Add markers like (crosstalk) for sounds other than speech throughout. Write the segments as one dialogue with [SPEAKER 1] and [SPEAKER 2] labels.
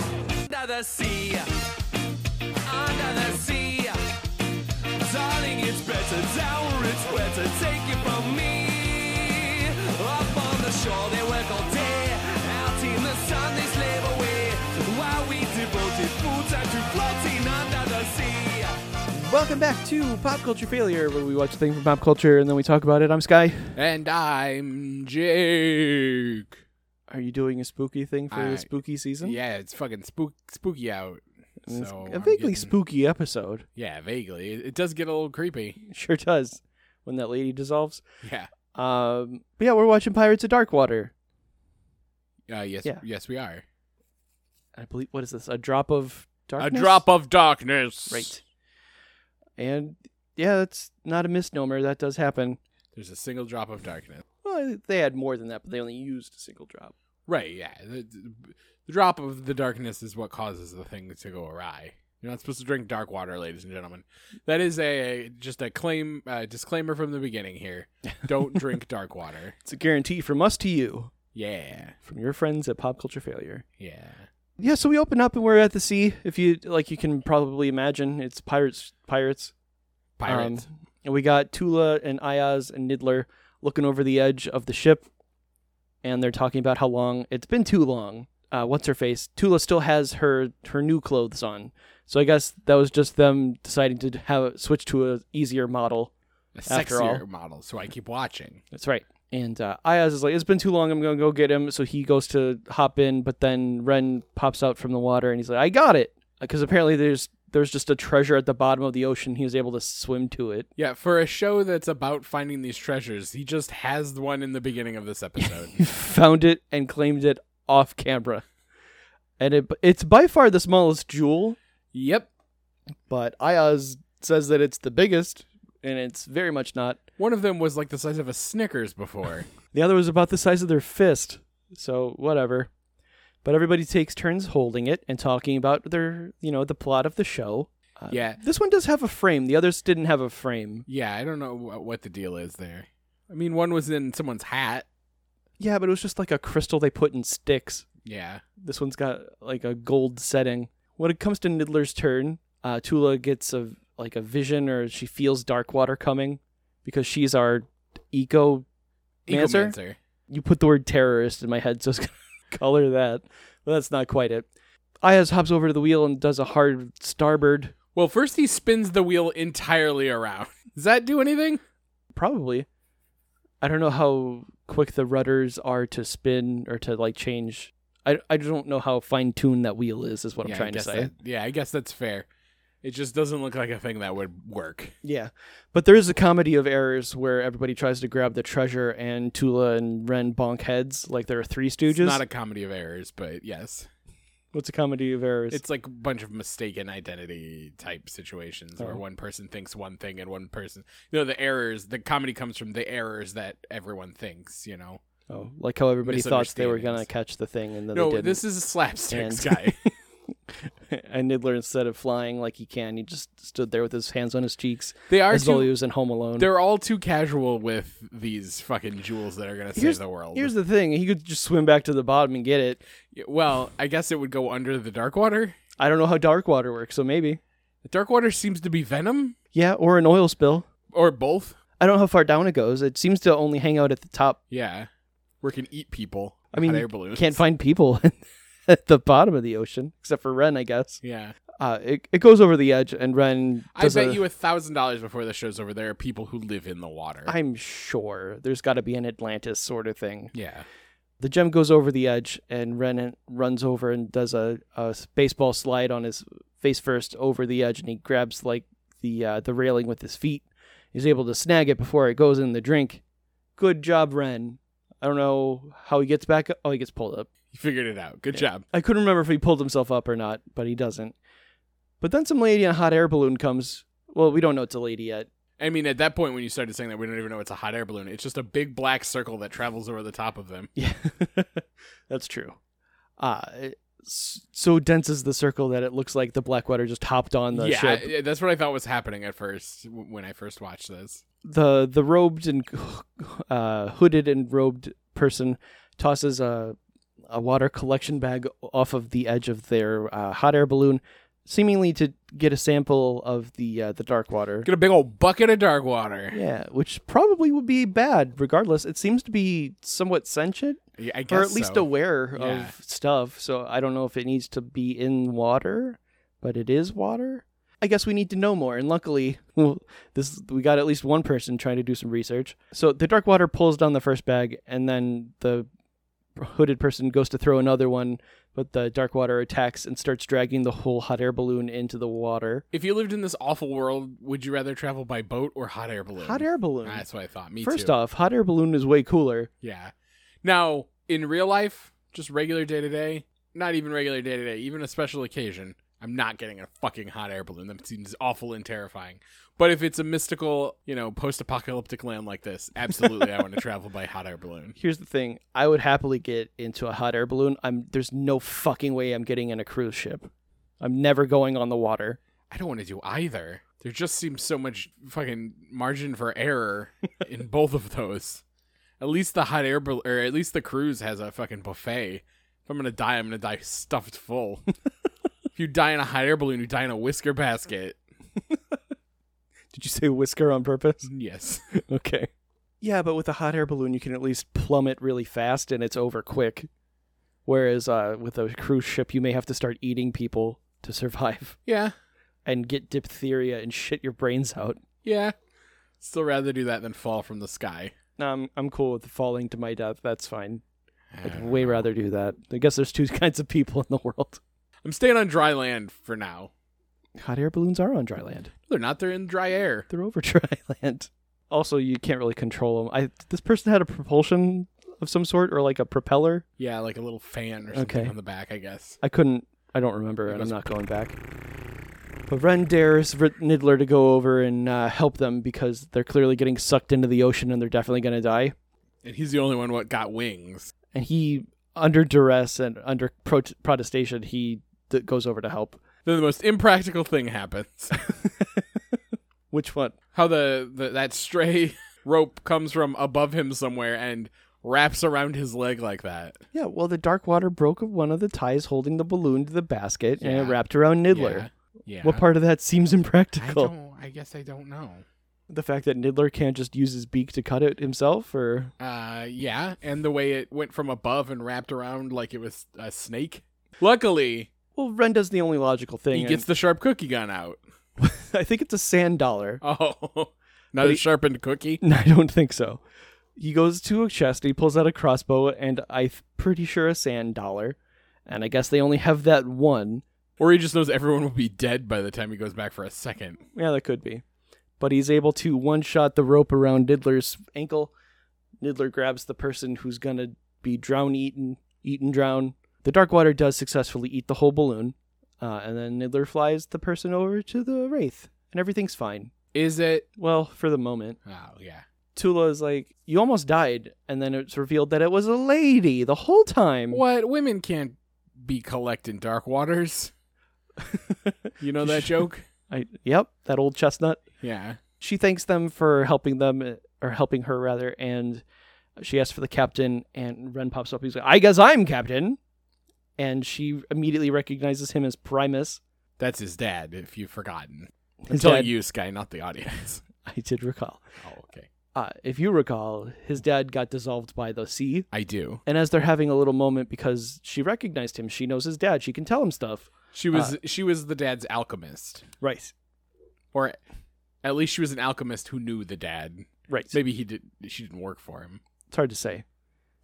[SPEAKER 1] under the sea. Under the sea. Darling, it's better down where it's wetter. Take it from me. Up on the shore, they work all day. Out in the sun, they slave away. While we devoted full time to floating under the sea.
[SPEAKER 2] Welcome back to Pop Culture Failure, where we watch a thing from pop culture and then we talk about it. I'm Sky.
[SPEAKER 3] And I'm Jake.
[SPEAKER 2] Are you doing a spooky thing for
[SPEAKER 3] I-
[SPEAKER 2] the spooky season?
[SPEAKER 3] Yeah, it's fucking spook spooky out. So
[SPEAKER 2] It's a
[SPEAKER 3] I'm
[SPEAKER 2] vaguely
[SPEAKER 3] getting-
[SPEAKER 2] spooky episode. (laughs)
[SPEAKER 3] Yeah, vaguely. It, it does get a little creepy.
[SPEAKER 2] It sure does when that lady dissolves.
[SPEAKER 3] Yeah.
[SPEAKER 2] Um, but yeah, we're watching Pirates of Dark Water.
[SPEAKER 3] Uh, yes.
[SPEAKER 2] Yeah.
[SPEAKER 3] Yes, we are.
[SPEAKER 2] I believe what is this? A drop of darkness.
[SPEAKER 3] A drop of darkness.
[SPEAKER 2] right. And yeah, that's not a misnomer. That does happen.
[SPEAKER 3] There's a single drop of darkness.
[SPEAKER 2] Well, they had more than that, but they only used a single drop.
[SPEAKER 3] Right. Yeah. The, the drop of the darkness is what causes the thing to go awry. You're not supposed to drink dark water, ladies and gentlemen. That is a just a claim uh, disclaimer from the beginning (laughs) here. Don't drink dark water.
[SPEAKER 2] It's a guarantee from us to you,
[SPEAKER 3] Yeah.
[SPEAKER 2] from your friends at Pop Culture Failure.
[SPEAKER 3] Yeah.
[SPEAKER 2] Yeah, so we open up and we're at the sea. If you like, you can probably imagine it's pirates. Pirates. Um,
[SPEAKER 3] Pirates.
[SPEAKER 2] and we got Tula and Ayaz and Nidler looking over the edge of the ship, and they're talking about how long it's been. Too long. Uh, what's her face? Tula still has her her new clothes on, so I guess that was just them deciding to have switch to a easier model.
[SPEAKER 3] a
[SPEAKER 2] after all.
[SPEAKER 3] sexier model, so I keep watching.
[SPEAKER 2] That's right. And uh, Ayaz is like, it's been too long. I'm gonna go get him. So he goes to hop in, but then Ren pops out from the water, and he's like, I got it, because apparently there's there's just a treasure at the bottom of the ocean. He was able to swim to it.
[SPEAKER 3] Yeah, for a show that's about finding these treasures, he just has one in the beginning of this
[SPEAKER 2] (laughs)
[SPEAKER 3] episode.
[SPEAKER 2] (laughs) He found it and claimed it off camera, and it it's by far the smallest jewel,
[SPEAKER 3] yep.
[SPEAKER 2] but Ayaz says that it's the biggest, and it's very much not.
[SPEAKER 3] One of them was like the size of a Snickers before.
[SPEAKER 2] The other was about the size of their fist. So whatever. But everybody takes turns holding it and talking about their, you know, the plot of the show. Uh,
[SPEAKER 3] Yeah.
[SPEAKER 2] This one does have a frame. The others didn't have a frame.
[SPEAKER 3] yeah, I don't know wh- what the deal is there. I mean, one was in someone's hat.
[SPEAKER 2] Yeah, but it was just like a crystal they put in sticks.
[SPEAKER 3] Yeah.
[SPEAKER 2] This one's got like a gold setting. When it comes to Niddler's turn, uh, Tula gets a like a vision or she feels dark water coming because she's our eco. Mancer?
[SPEAKER 3] Ecomancer.
[SPEAKER 2] You put the word terrorist in my head, so it's (laughs) gonna color that. But that's not quite it. Ayaz hops over to the wheel and does a hard starboard
[SPEAKER 3] Well, first he spins the wheel entirely around. (laughs) Does that do anything?
[SPEAKER 2] Probably. I don't know how quick the rudders are to spin or to like change. I, I don't know how fine tuned that wheel is, is what
[SPEAKER 3] Yeah, I
[SPEAKER 2] I'm trying to
[SPEAKER 3] guess
[SPEAKER 2] say.
[SPEAKER 3] that- yeah, I guess that's fair. It just doesn't look like a thing that would work.
[SPEAKER 2] Yeah. But there is a comedy of errors where everybody tries to grab the treasure and Tula and Ren bonk heads like there are three
[SPEAKER 3] It's
[SPEAKER 2] stooges.
[SPEAKER 3] not a comedy of errors, but yes.
[SPEAKER 2] What's a comedy of errors?
[SPEAKER 3] It's like a bunch of mistaken identity type situations where
[SPEAKER 2] Oh.
[SPEAKER 3] one person thinks one thing and one person, you know, the errors. The comedy comes from the errors that everyone thinks. You know,
[SPEAKER 2] oh, like how everybody thought they were going to
[SPEAKER 3] misunderstandings.
[SPEAKER 2] catch the thing and then they
[SPEAKER 3] no,
[SPEAKER 2] didn't.
[SPEAKER 3] this is slapsticks
[SPEAKER 2] And-
[SPEAKER 3] guy.
[SPEAKER 2] (laughs) and Niddler, instead of flying like he can, he just stood there with his hands on his cheeks (laughs)
[SPEAKER 3] They are
[SPEAKER 2] as though he
[SPEAKER 3] too,
[SPEAKER 2] was in Home Alone.
[SPEAKER 3] they're all too casual with these fucking jewels that are gonna save
[SPEAKER 2] Here's-
[SPEAKER 3] the world.
[SPEAKER 2] Here's the thing he could just swim back to the bottom and get it.
[SPEAKER 3] Well, I guess it would go under the dark water.
[SPEAKER 2] I don't know how dark water works, so maybe.
[SPEAKER 3] The dark water seems to be venom
[SPEAKER 2] Yeah, or an oil spill.
[SPEAKER 3] or both.
[SPEAKER 2] I don't know how far down it goes. It seems to only hang out at the top.
[SPEAKER 3] Yeah, where it can eat people.
[SPEAKER 2] I mean,
[SPEAKER 3] hot air
[SPEAKER 2] you
[SPEAKER 3] balloons.
[SPEAKER 2] Can't find people (laughs) at the bottom of the ocean, except for Ren, I guess.
[SPEAKER 3] Yeah.
[SPEAKER 2] Uh, it, it goes over the edge, and Ren.
[SPEAKER 3] I
[SPEAKER 2] Does
[SPEAKER 3] bet
[SPEAKER 2] a-
[SPEAKER 3] you a thousand dollars before the show's over. There are people who live in the water.
[SPEAKER 2] I'm sure there's got to be an Atlantis sort of thing.
[SPEAKER 3] yeah.
[SPEAKER 2] The gem goes over the edge, and Ren runs over and does a, a baseball slide on his face first over the edge, and he grabs like the uh, the railing with his feet. He's able to snag it before it goes in the drink. Good job, Ren. I don't know how he gets back. Up. Oh, he gets pulled up.
[SPEAKER 3] You figured it out. Good job.
[SPEAKER 2] I couldn't remember if he pulled himself up or not, but he doesn't. But then some lady in a hot air balloon comes. Well, we don't know it's a lady yet.
[SPEAKER 3] I mean, at that point when you started saying that, we don't even know it's a hot air balloon. It's just a big black circle that travels over the top of them.
[SPEAKER 2] Yeah, (laughs) that's true. Uh, it's so dense is the circle that it looks like the Blackwater just hopped on the
[SPEAKER 3] yeah,
[SPEAKER 2] ship.
[SPEAKER 3] I- that's what I thought was happening at first w- when I first watched this.
[SPEAKER 2] the the robed and uh, hooded and robed person tosses a a water collection bag off of the edge of their uh, hot air balloon, seemingly to get a sample of the uh, the dark water.
[SPEAKER 3] Get a big old bucket of dark water.
[SPEAKER 2] Yeah, which probably would be bad regardless. It seems to be somewhat sentient
[SPEAKER 3] Yeah, I guess
[SPEAKER 2] or at least
[SPEAKER 3] so.
[SPEAKER 2] aware
[SPEAKER 3] Yeah.
[SPEAKER 2] of stuff. So I don't know if it needs to be in water, but it is water. I guess we need to know more. And luckily, (laughs) well, this we got at least one person trying to do some research. So the dark water pulls down the first bag, and then the hooded person goes to throw another one, but the dark water attacks and starts dragging the whole hot air balloon into the water.
[SPEAKER 3] If you lived in this awful world, would you rather travel by boat or hot air balloon?
[SPEAKER 2] Hot air balloon.
[SPEAKER 3] That's what I thought. Me
[SPEAKER 2] First
[SPEAKER 3] too.
[SPEAKER 2] off, hot air balloon is way cooler.
[SPEAKER 3] Yeah. Now, in real life, just regular day to day, not even regular day to day, even a special occasion, I'm not getting a fucking hot air balloon. That seems awful and terrifying. But if it's a mystical, you know, post apocalyptic land like this, absolutely I want
[SPEAKER 2] (laughs)
[SPEAKER 3] to travel by hot air balloon.
[SPEAKER 2] Here's the thing: I would happily get into a hot air balloon. I'm there's no fucking way I'm getting in a cruise ship. I'm never going on the water.
[SPEAKER 3] I don't want to do either. There just seems so much fucking margin for error in both of those. At least the hot air bal- or at least the cruise has a fucking buffet. If I'm gonna die, I'm gonna die stuffed full. if you die in a hot air balloon, you die in a whisker basket.
[SPEAKER 2] Did you say whisker on purpose? (laughs)
[SPEAKER 3] Yes. (laughs)
[SPEAKER 2] okay. Yeah, but with a hot air balloon, you can at least plummet really fast and it's over quick. Whereas uh, with a cruise ship, you may have to start eating people to survive (laughs)
[SPEAKER 3] Yeah.
[SPEAKER 2] and get diphtheria and shit your brains out.
[SPEAKER 3] Yeah. Still rather do that than fall from the sky.
[SPEAKER 2] No, I'm I'm cool with falling to my death. That's fine. I'd way rather do that. I guess there's two (laughs) kinds of people in the world.
[SPEAKER 3] I'm staying on dry land for now.
[SPEAKER 2] Hot air balloons are on dry land.
[SPEAKER 3] They're not. They're in dry air.
[SPEAKER 2] They're over dry (laughs) land. Also, you can't really control them. I this person had a propulsion of some sort or like a propeller.
[SPEAKER 3] Yeah, like a little fan or something
[SPEAKER 2] Okay.
[SPEAKER 3] on the back, I guess.
[SPEAKER 2] I couldn't. I don't remember, and I'm
[SPEAKER 3] goes-
[SPEAKER 2] not going back. But Ren dares R- Niddler to go over and uh, help them because they're clearly getting sucked into the ocean and they're definitely going to die.
[SPEAKER 3] And he's the only one what got wings.
[SPEAKER 2] And he, under duress and under pro- protestation, he d- goes over to help.
[SPEAKER 3] Then the most impractical thing happens. (laughs)
[SPEAKER 2] Which one?
[SPEAKER 3] How the, the that stray (laughs) rope comes from above him somewhere and wraps around his leg like that.
[SPEAKER 2] Yeah, well, the dark water broke one of the ties holding the balloon to the basket, and it
[SPEAKER 3] Yeah.
[SPEAKER 2] wrapped around Niddler.
[SPEAKER 3] Yeah. yeah.
[SPEAKER 2] What part of that seems
[SPEAKER 3] I
[SPEAKER 2] impractical?
[SPEAKER 3] don't. I guess I don't know.
[SPEAKER 2] The fact that Niddler can't just use his beak to cut it himself, or
[SPEAKER 3] Uh, yeah, and the way it went from above and wrapped around like it was a snake. Luckily,
[SPEAKER 2] well, Ren does the only logical thing.
[SPEAKER 3] he
[SPEAKER 2] and
[SPEAKER 3] gets the sharp cookie gun out.
[SPEAKER 2] (laughs)
[SPEAKER 3] (laughs)
[SPEAKER 2] I think it's a sand dollar. (laughs)
[SPEAKER 3] Oh,
[SPEAKER 2] But
[SPEAKER 3] another
[SPEAKER 2] he-
[SPEAKER 3] sharpened cookie.
[SPEAKER 2] No, I don't think so. He goes to a chest, he pulls out a crossbow, and I'm pretty sure a sand dollar. And I guess they only have that one.
[SPEAKER 3] Or he just knows everyone will be dead by the time he goes back for a second.
[SPEAKER 2] Yeah, that could be. But he's able to one shot the rope around Niddler's ankle. Niddler grabs the person who's gonna be drown eaten, eat and drown. The dark water does successfully eat the whole balloon, uh, and then Niddler flies the person over to the wraith, and everything's fine.
[SPEAKER 3] Is it?
[SPEAKER 2] Well, for the moment,
[SPEAKER 3] Oh yeah.
[SPEAKER 2] Tula is like, "You almost died," and then it's revealed that it was a lady the whole time.
[SPEAKER 3] What women can't be collecting dark waters. you know
[SPEAKER 2] (laughs)
[SPEAKER 3] that joke?
[SPEAKER 2] (laughs) I, yep, that old chestnut.
[SPEAKER 3] Yeah.
[SPEAKER 2] she thanks them for helping them or helping her rather and she asks for the captain and ren pops up he's like i guess i'm captain and she immediately recognizes him as primus
[SPEAKER 3] That's his dad, if you've forgotten. I'm
[SPEAKER 2] His
[SPEAKER 3] telling
[SPEAKER 2] dad-
[SPEAKER 3] you, Sky, not the audience.
[SPEAKER 2] (laughs) i did recall
[SPEAKER 3] oh, okay.
[SPEAKER 2] uh, if you recall his dad got dissolved by the sea
[SPEAKER 3] I do.
[SPEAKER 2] and as they're having a little moment because she recognized him she knows his dad she can tell him stuff
[SPEAKER 3] She
[SPEAKER 2] Uh,
[SPEAKER 3] was she was the dad's alchemist.
[SPEAKER 2] right
[SPEAKER 3] Or at least she was an alchemist who knew the dad.
[SPEAKER 2] right
[SPEAKER 3] Maybe he did she didn't work for him.
[SPEAKER 2] it's hard to say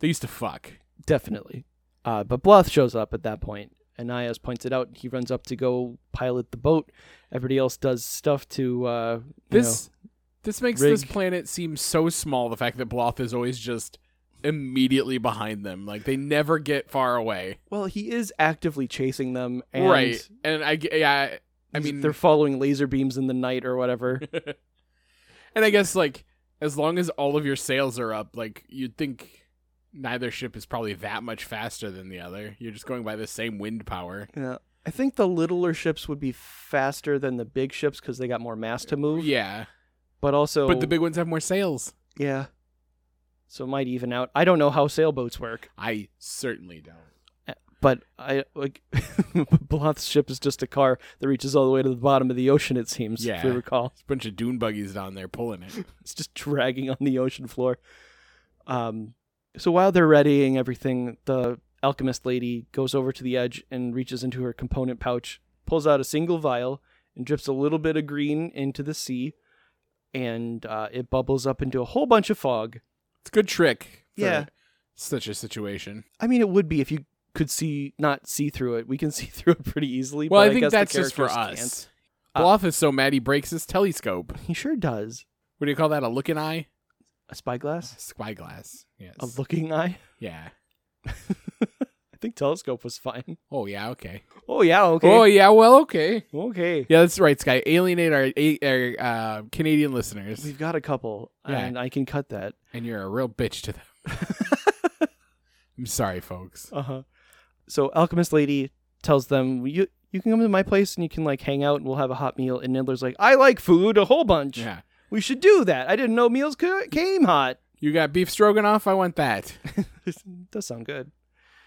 [SPEAKER 3] They used to fuck.
[SPEAKER 2] Definitely. Uh, but Bloth shows up at that point, and Nias points it out. He runs up to go pilot the boat. Everybody else does stuff to uh, you
[SPEAKER 3] This this makes this
[SPEAKER 2] rig-
[SPEAKER 3] planet seem so small, the fact that Bloth is always just immediately behind them. Like they never get far away.
[SPEAKER 2] know- well, he is actively chasing them, and
[SPEAKER 3] right. And I g- yeah, I
[SPEAKER 2] he's-
[SPEAKER 3] mean
[SPEAKER 2] they're following laser beams in the night
[SPEAKER 3] (laughs)
[SPEAKER 2] or whatever.
[SPEAKER 3] And I guess like as long as all of your sails are up, like you'd think neither ship is probably that much faster than the other. You're just going by the same wind power.
[SPEAKER 2] yeah. I think the littler ships would be faster than the big ships because they got more mass to move.
[SPEAKER 3] Yeah.
[SPEAKER 2] But also,
[SPEAKER 3] But the big ones have more sails.
[SPEAKER 2] yeah. so it might even out. I don't know how sailboats work,
[SPEAKER 3] I certainly don't.
[SPEAKER 2] but I like (laughs) Bloth's ship is just a car that reaches all the way to the bottom of the ocean. It seems, if you
[SPEAKER 3] Yeah.
[SPEAKER 2] recall, (laughs)
[SPEAKER 3] There's a bunch of dune buggies down there pulling it.
[SPEAKER 2] it's just dragging on the ocean floor. Um, so while they're readying everything, the alchemist lady goes over to the edge and reaches into her component pouch, pulls out a single vial, and drips a little bit of green into the sea, and uh, it bubbles up into a whole bunch of fog.
[SPEAKER 3] It's a good trick. for
[SPEAKER 2] Yeah.
[SPEAKER 3] Such a situation.
[SPEAKER 2] I mean, it would be if you could see not see through it. We can (laughs) see through it pretty easily.
[SPEAKER 3] Well,
[SPEAKER 2] but
[SPEAKER 3] I
[SPEAKER 2] I
[SPEAKER 3] think
[SPEAKER 2] guess the
[SPEAKER 3] that's just for
[SPEAKER 2] characters
[SPEAKER 3] us.
[SPEAKER 2] Uh,
[SPEAKER 3] Bloth is so mad he breaks his telescope.
[SPEAKER 2] can't. He sure does.
[SPEAKER 3] What do you call that? A looking eye?
[SPEAKER 2] A spyglass,
[SPEAKER 3] Spyglass. Yes.
[SPEAKER 2] a looking eye.
[SPEAKER 3] yeah.
[SPEAKER 2] I think telescope was fine. (laughs)
[SPEAKER 3] Oh yeah. Okay.
[SPEAKER 2] Oh yeah, okay,
[SPEAKER 3] Oh yeah. Well, okay.
[SPEAKER 2] okay.
[SPEAKER 3] Yeah, that's right, Sky. Alienate our, a- our uh, Canadian listeners,
[SPEAKER 2] We've got a couple,
[SPEAKER 3] Yeah.
[SPEAKER 2] and I can cut that.
[SPEAKER 3] and you're a real bitch to them.
[SPEAKER 2] (laughs)
[SPEAKER 3] I'm sorry, folks.
[SPEAKER 2] Uh huh. So alchemist lady tells them you you can come to my place and you can like hang out and we'll have a hot meal. And Nidler's like, I like food a whole bunch.
[SPEAKER 3] Yeah.
[SPEAKER 2] We should do that. I didn't know meals ca- came hot. (laughs)
[SPEAKER 3] You got beef stroganoff? I want that. (laughs)
[SPEAKER 2] does sound good.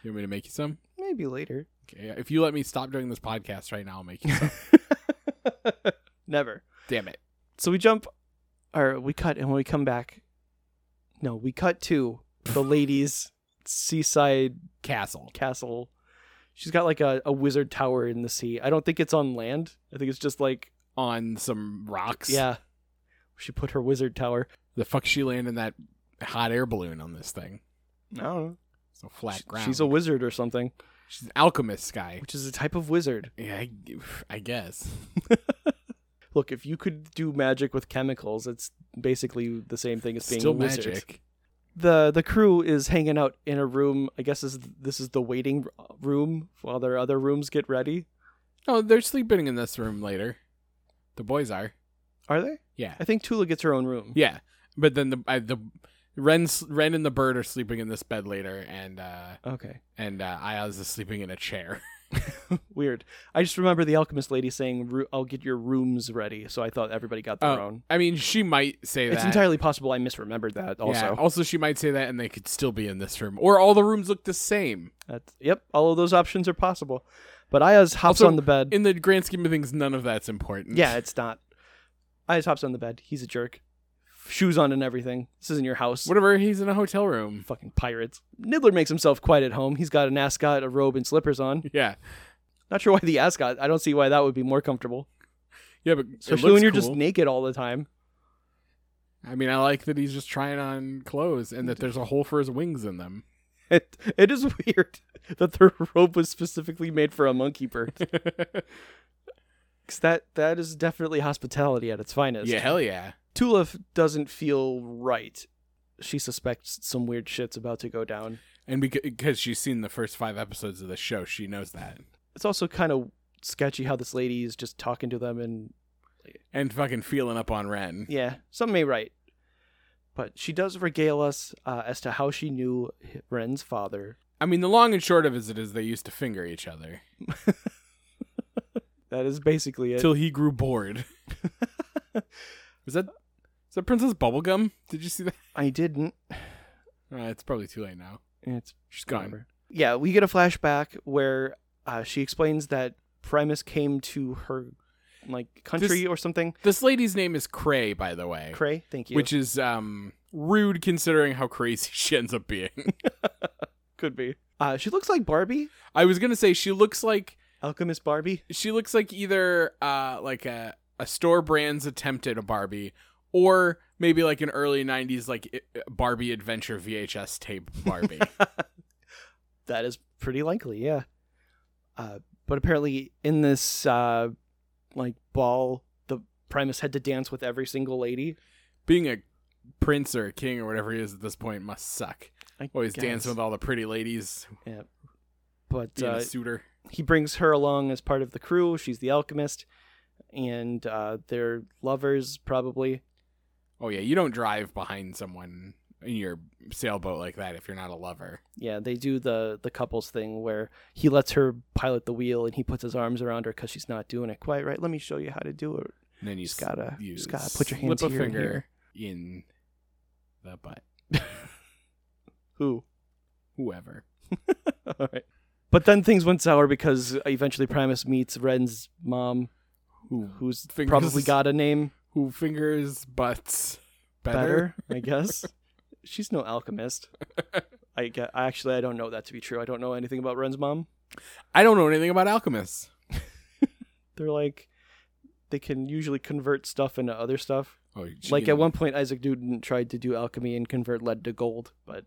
[SPEAKER 3] You want me to make you some?
[SPEAKER 2] Maybe (laughs) later.
[SPEAKER 3] Okay. If you let me stop doing this podcast right now, I'll make
[SPEAKER 2] (laughs)
[SPEAKER 3] you some.
[SPEAKER 2] Never.
[SPEAKER 3] Damn it.
[SPEAKER 2] so we jump or we cut and when we come back no we cut to (laughs) the lady's seaside
[SPEAKER 3] Castle.
[SPEAKER 2] castle she's got like a, a wizard tower in the sea i don't think it's on land i think it's just like
[SPEAKER 3] On some rocks.
[SPEAKER 2] yeah she put her wizard tower
[SPEAKER 3] The fuck she landing that hot air balloon on this thing?
[SPEAKER 2] i don't know
[SPEAKER 3] So flat
[SPEAKER 2] She-
[SPEAKER 3] ground.
[SPEAKER 2] she's a wizard or something
[SPEAKER 3] She's an alchemist, Sky.
[SPEAKER 2] which is a type of wizard
[SPEAKER 3] Yeah, I, I guess.
[SPEAKER 2] look if you could do magic with chemicals it's basically the same thing as being
[SPEAKER 3] Still
[SPEAKER 2] a wizard
[SPEAKER 3] magic.
[SPEAKER 2] the the crew is hanging out in a room. I guess this, this is the waiting room while their other rooms get ready.
[SPEAKER 3] Oh, they're sleeping in this room later. The boys are.
[SPEAKER 2] Are they?
[SPEAKER 3] Yeah.
[SPEAKER 2] I think Tula gets her own room.
[SPEAKER 3] Yeah. But then the I, the Ren Ren and the bird are sleeping in this bed later, and uh
[SPEAKER 2] Okay.
[SPEAKER 3] and uh, Ayaz is sleeping in a chair. (laughs)
[SPEAKER 2] Weird. I just remember the alchemist lady saying, "Ru- "I'll get your rooms ready." So I thought everybody got their
[SPEAKER 3] Oh,
[SPEAKER 2] own.
[SPEAKER 3] I mean, she might say
[SPEAKER 2] It's
[SPEAKER 3] that.
[SPEAKER 2] entirely possible I misremembered that. Also,
[SPEAKER 3] Yeah, also, she might say that, and they could still be in this room, or all the rooms look the same.
[SPEAKER 2] That's, yep, all of those options are possible. But Aya's hops
[SPEAKER 3] Also,
[SPEAKER 2] on the bed.
[SPEAKER 3] In the grand scheme of things, none of that's important.
[SPEAKER 2] yeah, it's not. Aya's hops on the bed. He's a jerk. Shoes on and everything. This isn't your
[SPEAKER 3] (laughs)
[SPEAKER 2] house.
[SPEAKER 3] whatever. He's in a hotel room. (laughs)
[SPEAKER 2] fucking pirates. Nibbler makes himself quite at home. He's got an ascot, a robe, and
[SPEAKER 3] (laughs)
[SPEAKER 2] slippers on.
[SPEAKER 3] Yeah,
[SPEAKER 2] Not sure why the ascot. I don't see why that would be more comfortable,
[SPEAKER 3] yeah, but it
[SPEAKER 2] especially when
[SPEAKER 3] looks
[SPEAKER 2] you're just
[SPEAKER 3] cool.
[SPEAKER 2] naked all the time. (laughs)
[SPEAKER 3] I mean, I like that he's just trying on clothes, and that there's a hole for his wings in them. (laughs)
[SPEAKER 2] It it is weird (laughs) that the robe was specifically made for a
[SPEAKER 3] (laughs)
[SPEAKER 2] monkey bird. 'Cause that that is definitely hospitality at its finest.
[SPEAKER 3] yeah, hell yeah.
[SPEAKER 2] Tula f- doesn't feel right. She suspects some weird shit's about to go down.
[SPEAKER 3] And because she's seen the first five episodes of the show, she knows that.
[SPEAKER 2] It's also kind of sketchy how this lady is just talking to them and
[SPEAKER 3] And fucking feeling up on Ren.
[SPEAKER 2] Yeah, some may write. But she does regale us uh, as to how she knew Ren's father.
[SPEAKER 3] I mean, the long and short of it is they used to finger each other
[SPEAKER 2] That is basically it.
[SPEAKER 3] till he grew bored. (laughs) is that is that Princess Bubblegum? Did you see that? (laughs)
[SPEAKER 2] I didn't.
[SPEAKER 3] Uh, it's probably too late now.
[SPEAKER 2] It's
[SPEAKER 3] She's gone.
[SPEAKER 2] whatever. Yeah, we get a flashback where uh, she explains that Primus came to her like country
[SPEAKER 3] This-
[SPEAKER 2] or something.
[SPEAKER 3] This lady's name is Cray, by the way,
[SPEAKER 2] Cray, thank you.
[SPEAKER 3] which is um rude considering how crazy (laughs) she ends up being.
[SPEAKER 2] could be. Uh, she looks like Barbie,
[SPEAKER 3] I was gonna say she looks like
[SPEAKER 2] Alchemist Barbie.
[SPEAKER 3] she looks like either uh like a a store brand's attempt at a Barbie or maybe like an early 90s like i- Barbie adventure VHS tape
[SPEAKER 2] (laughs)
[SPEAKER 3] Barbie.
[SPEAKER 2] That is pretty likely, yeah. Uh, but apparently, in this uh, like ball, the Primus had to dance with every single lady.
[SPEAKER 3] Being a prince or a king or whatever he is at this point must suck.
[SPEAKER 2] I
[SPEAKER 3] Always
[SPEAKER 2] guess.
[SPEAKER 3] Oh, dancing with all the pretty ladies,
[SPEAKER 2] But
[SPEAKER 3] being
[SPEAKER 2] uh,
[SPEAKER 3] a suitor.
[SPEAKER 2] he brings her along as part of the crew. She's the alchemist, and uh, they're lovers probably.
[SPEAKER 3] Oh yeah, you don't drive behind someone in your sailboat like that if you're not a lover.
[SPEAKER 2] Yeah, they do the the couples thing where he lets her pilot the wheel and he puts his arms around her because she's not doing it quite right. Let me show you how to do it.
[SPEAKER 3] And then you
[SPEAKER 2] You just
[SPEAKER 3] s-
[SPEAKER 2] gotta,
[SPEAKER 3] you
[SPEAKER 2] just gotta put your hands
[SPEAKER 3] slip a
[SPEAKER 2] here and
[SPEAKER 3] finger in the butt.
[SPEAKER 2] here. Who?
[SPEAKER 3] Whoever.
[SPEAKER 2] (laughs) All right. But then things went sour because eventually Primus meets Ren's mom,
[SPEAKER 3] Who
[SPEAKER 2] who's
[SPEAKER 3] Fingers.
[SPEAKER 2] probably got a name
[SPEAKER 3] who fingers butts better?
[SPEAKER 2] better,
[SPEAKER 3] (laughs)
[SPEAKER 2] I guess. She's no alchemist. I get, actually I don't know that to be true. I don't know anything about Ren's mom.
[SPEAKER 3] I don't know anything about alchemists.
[SPEAKER 2] They're like they can usually convert stuff into other stuff.
[SPEAKER 3] Oh,
[SPEAKER 2] Like
[SPEAKER 3] gee.
[SPEAKER 2] at one point Isaac Newton tried to do alchemy and convert lead to gold, but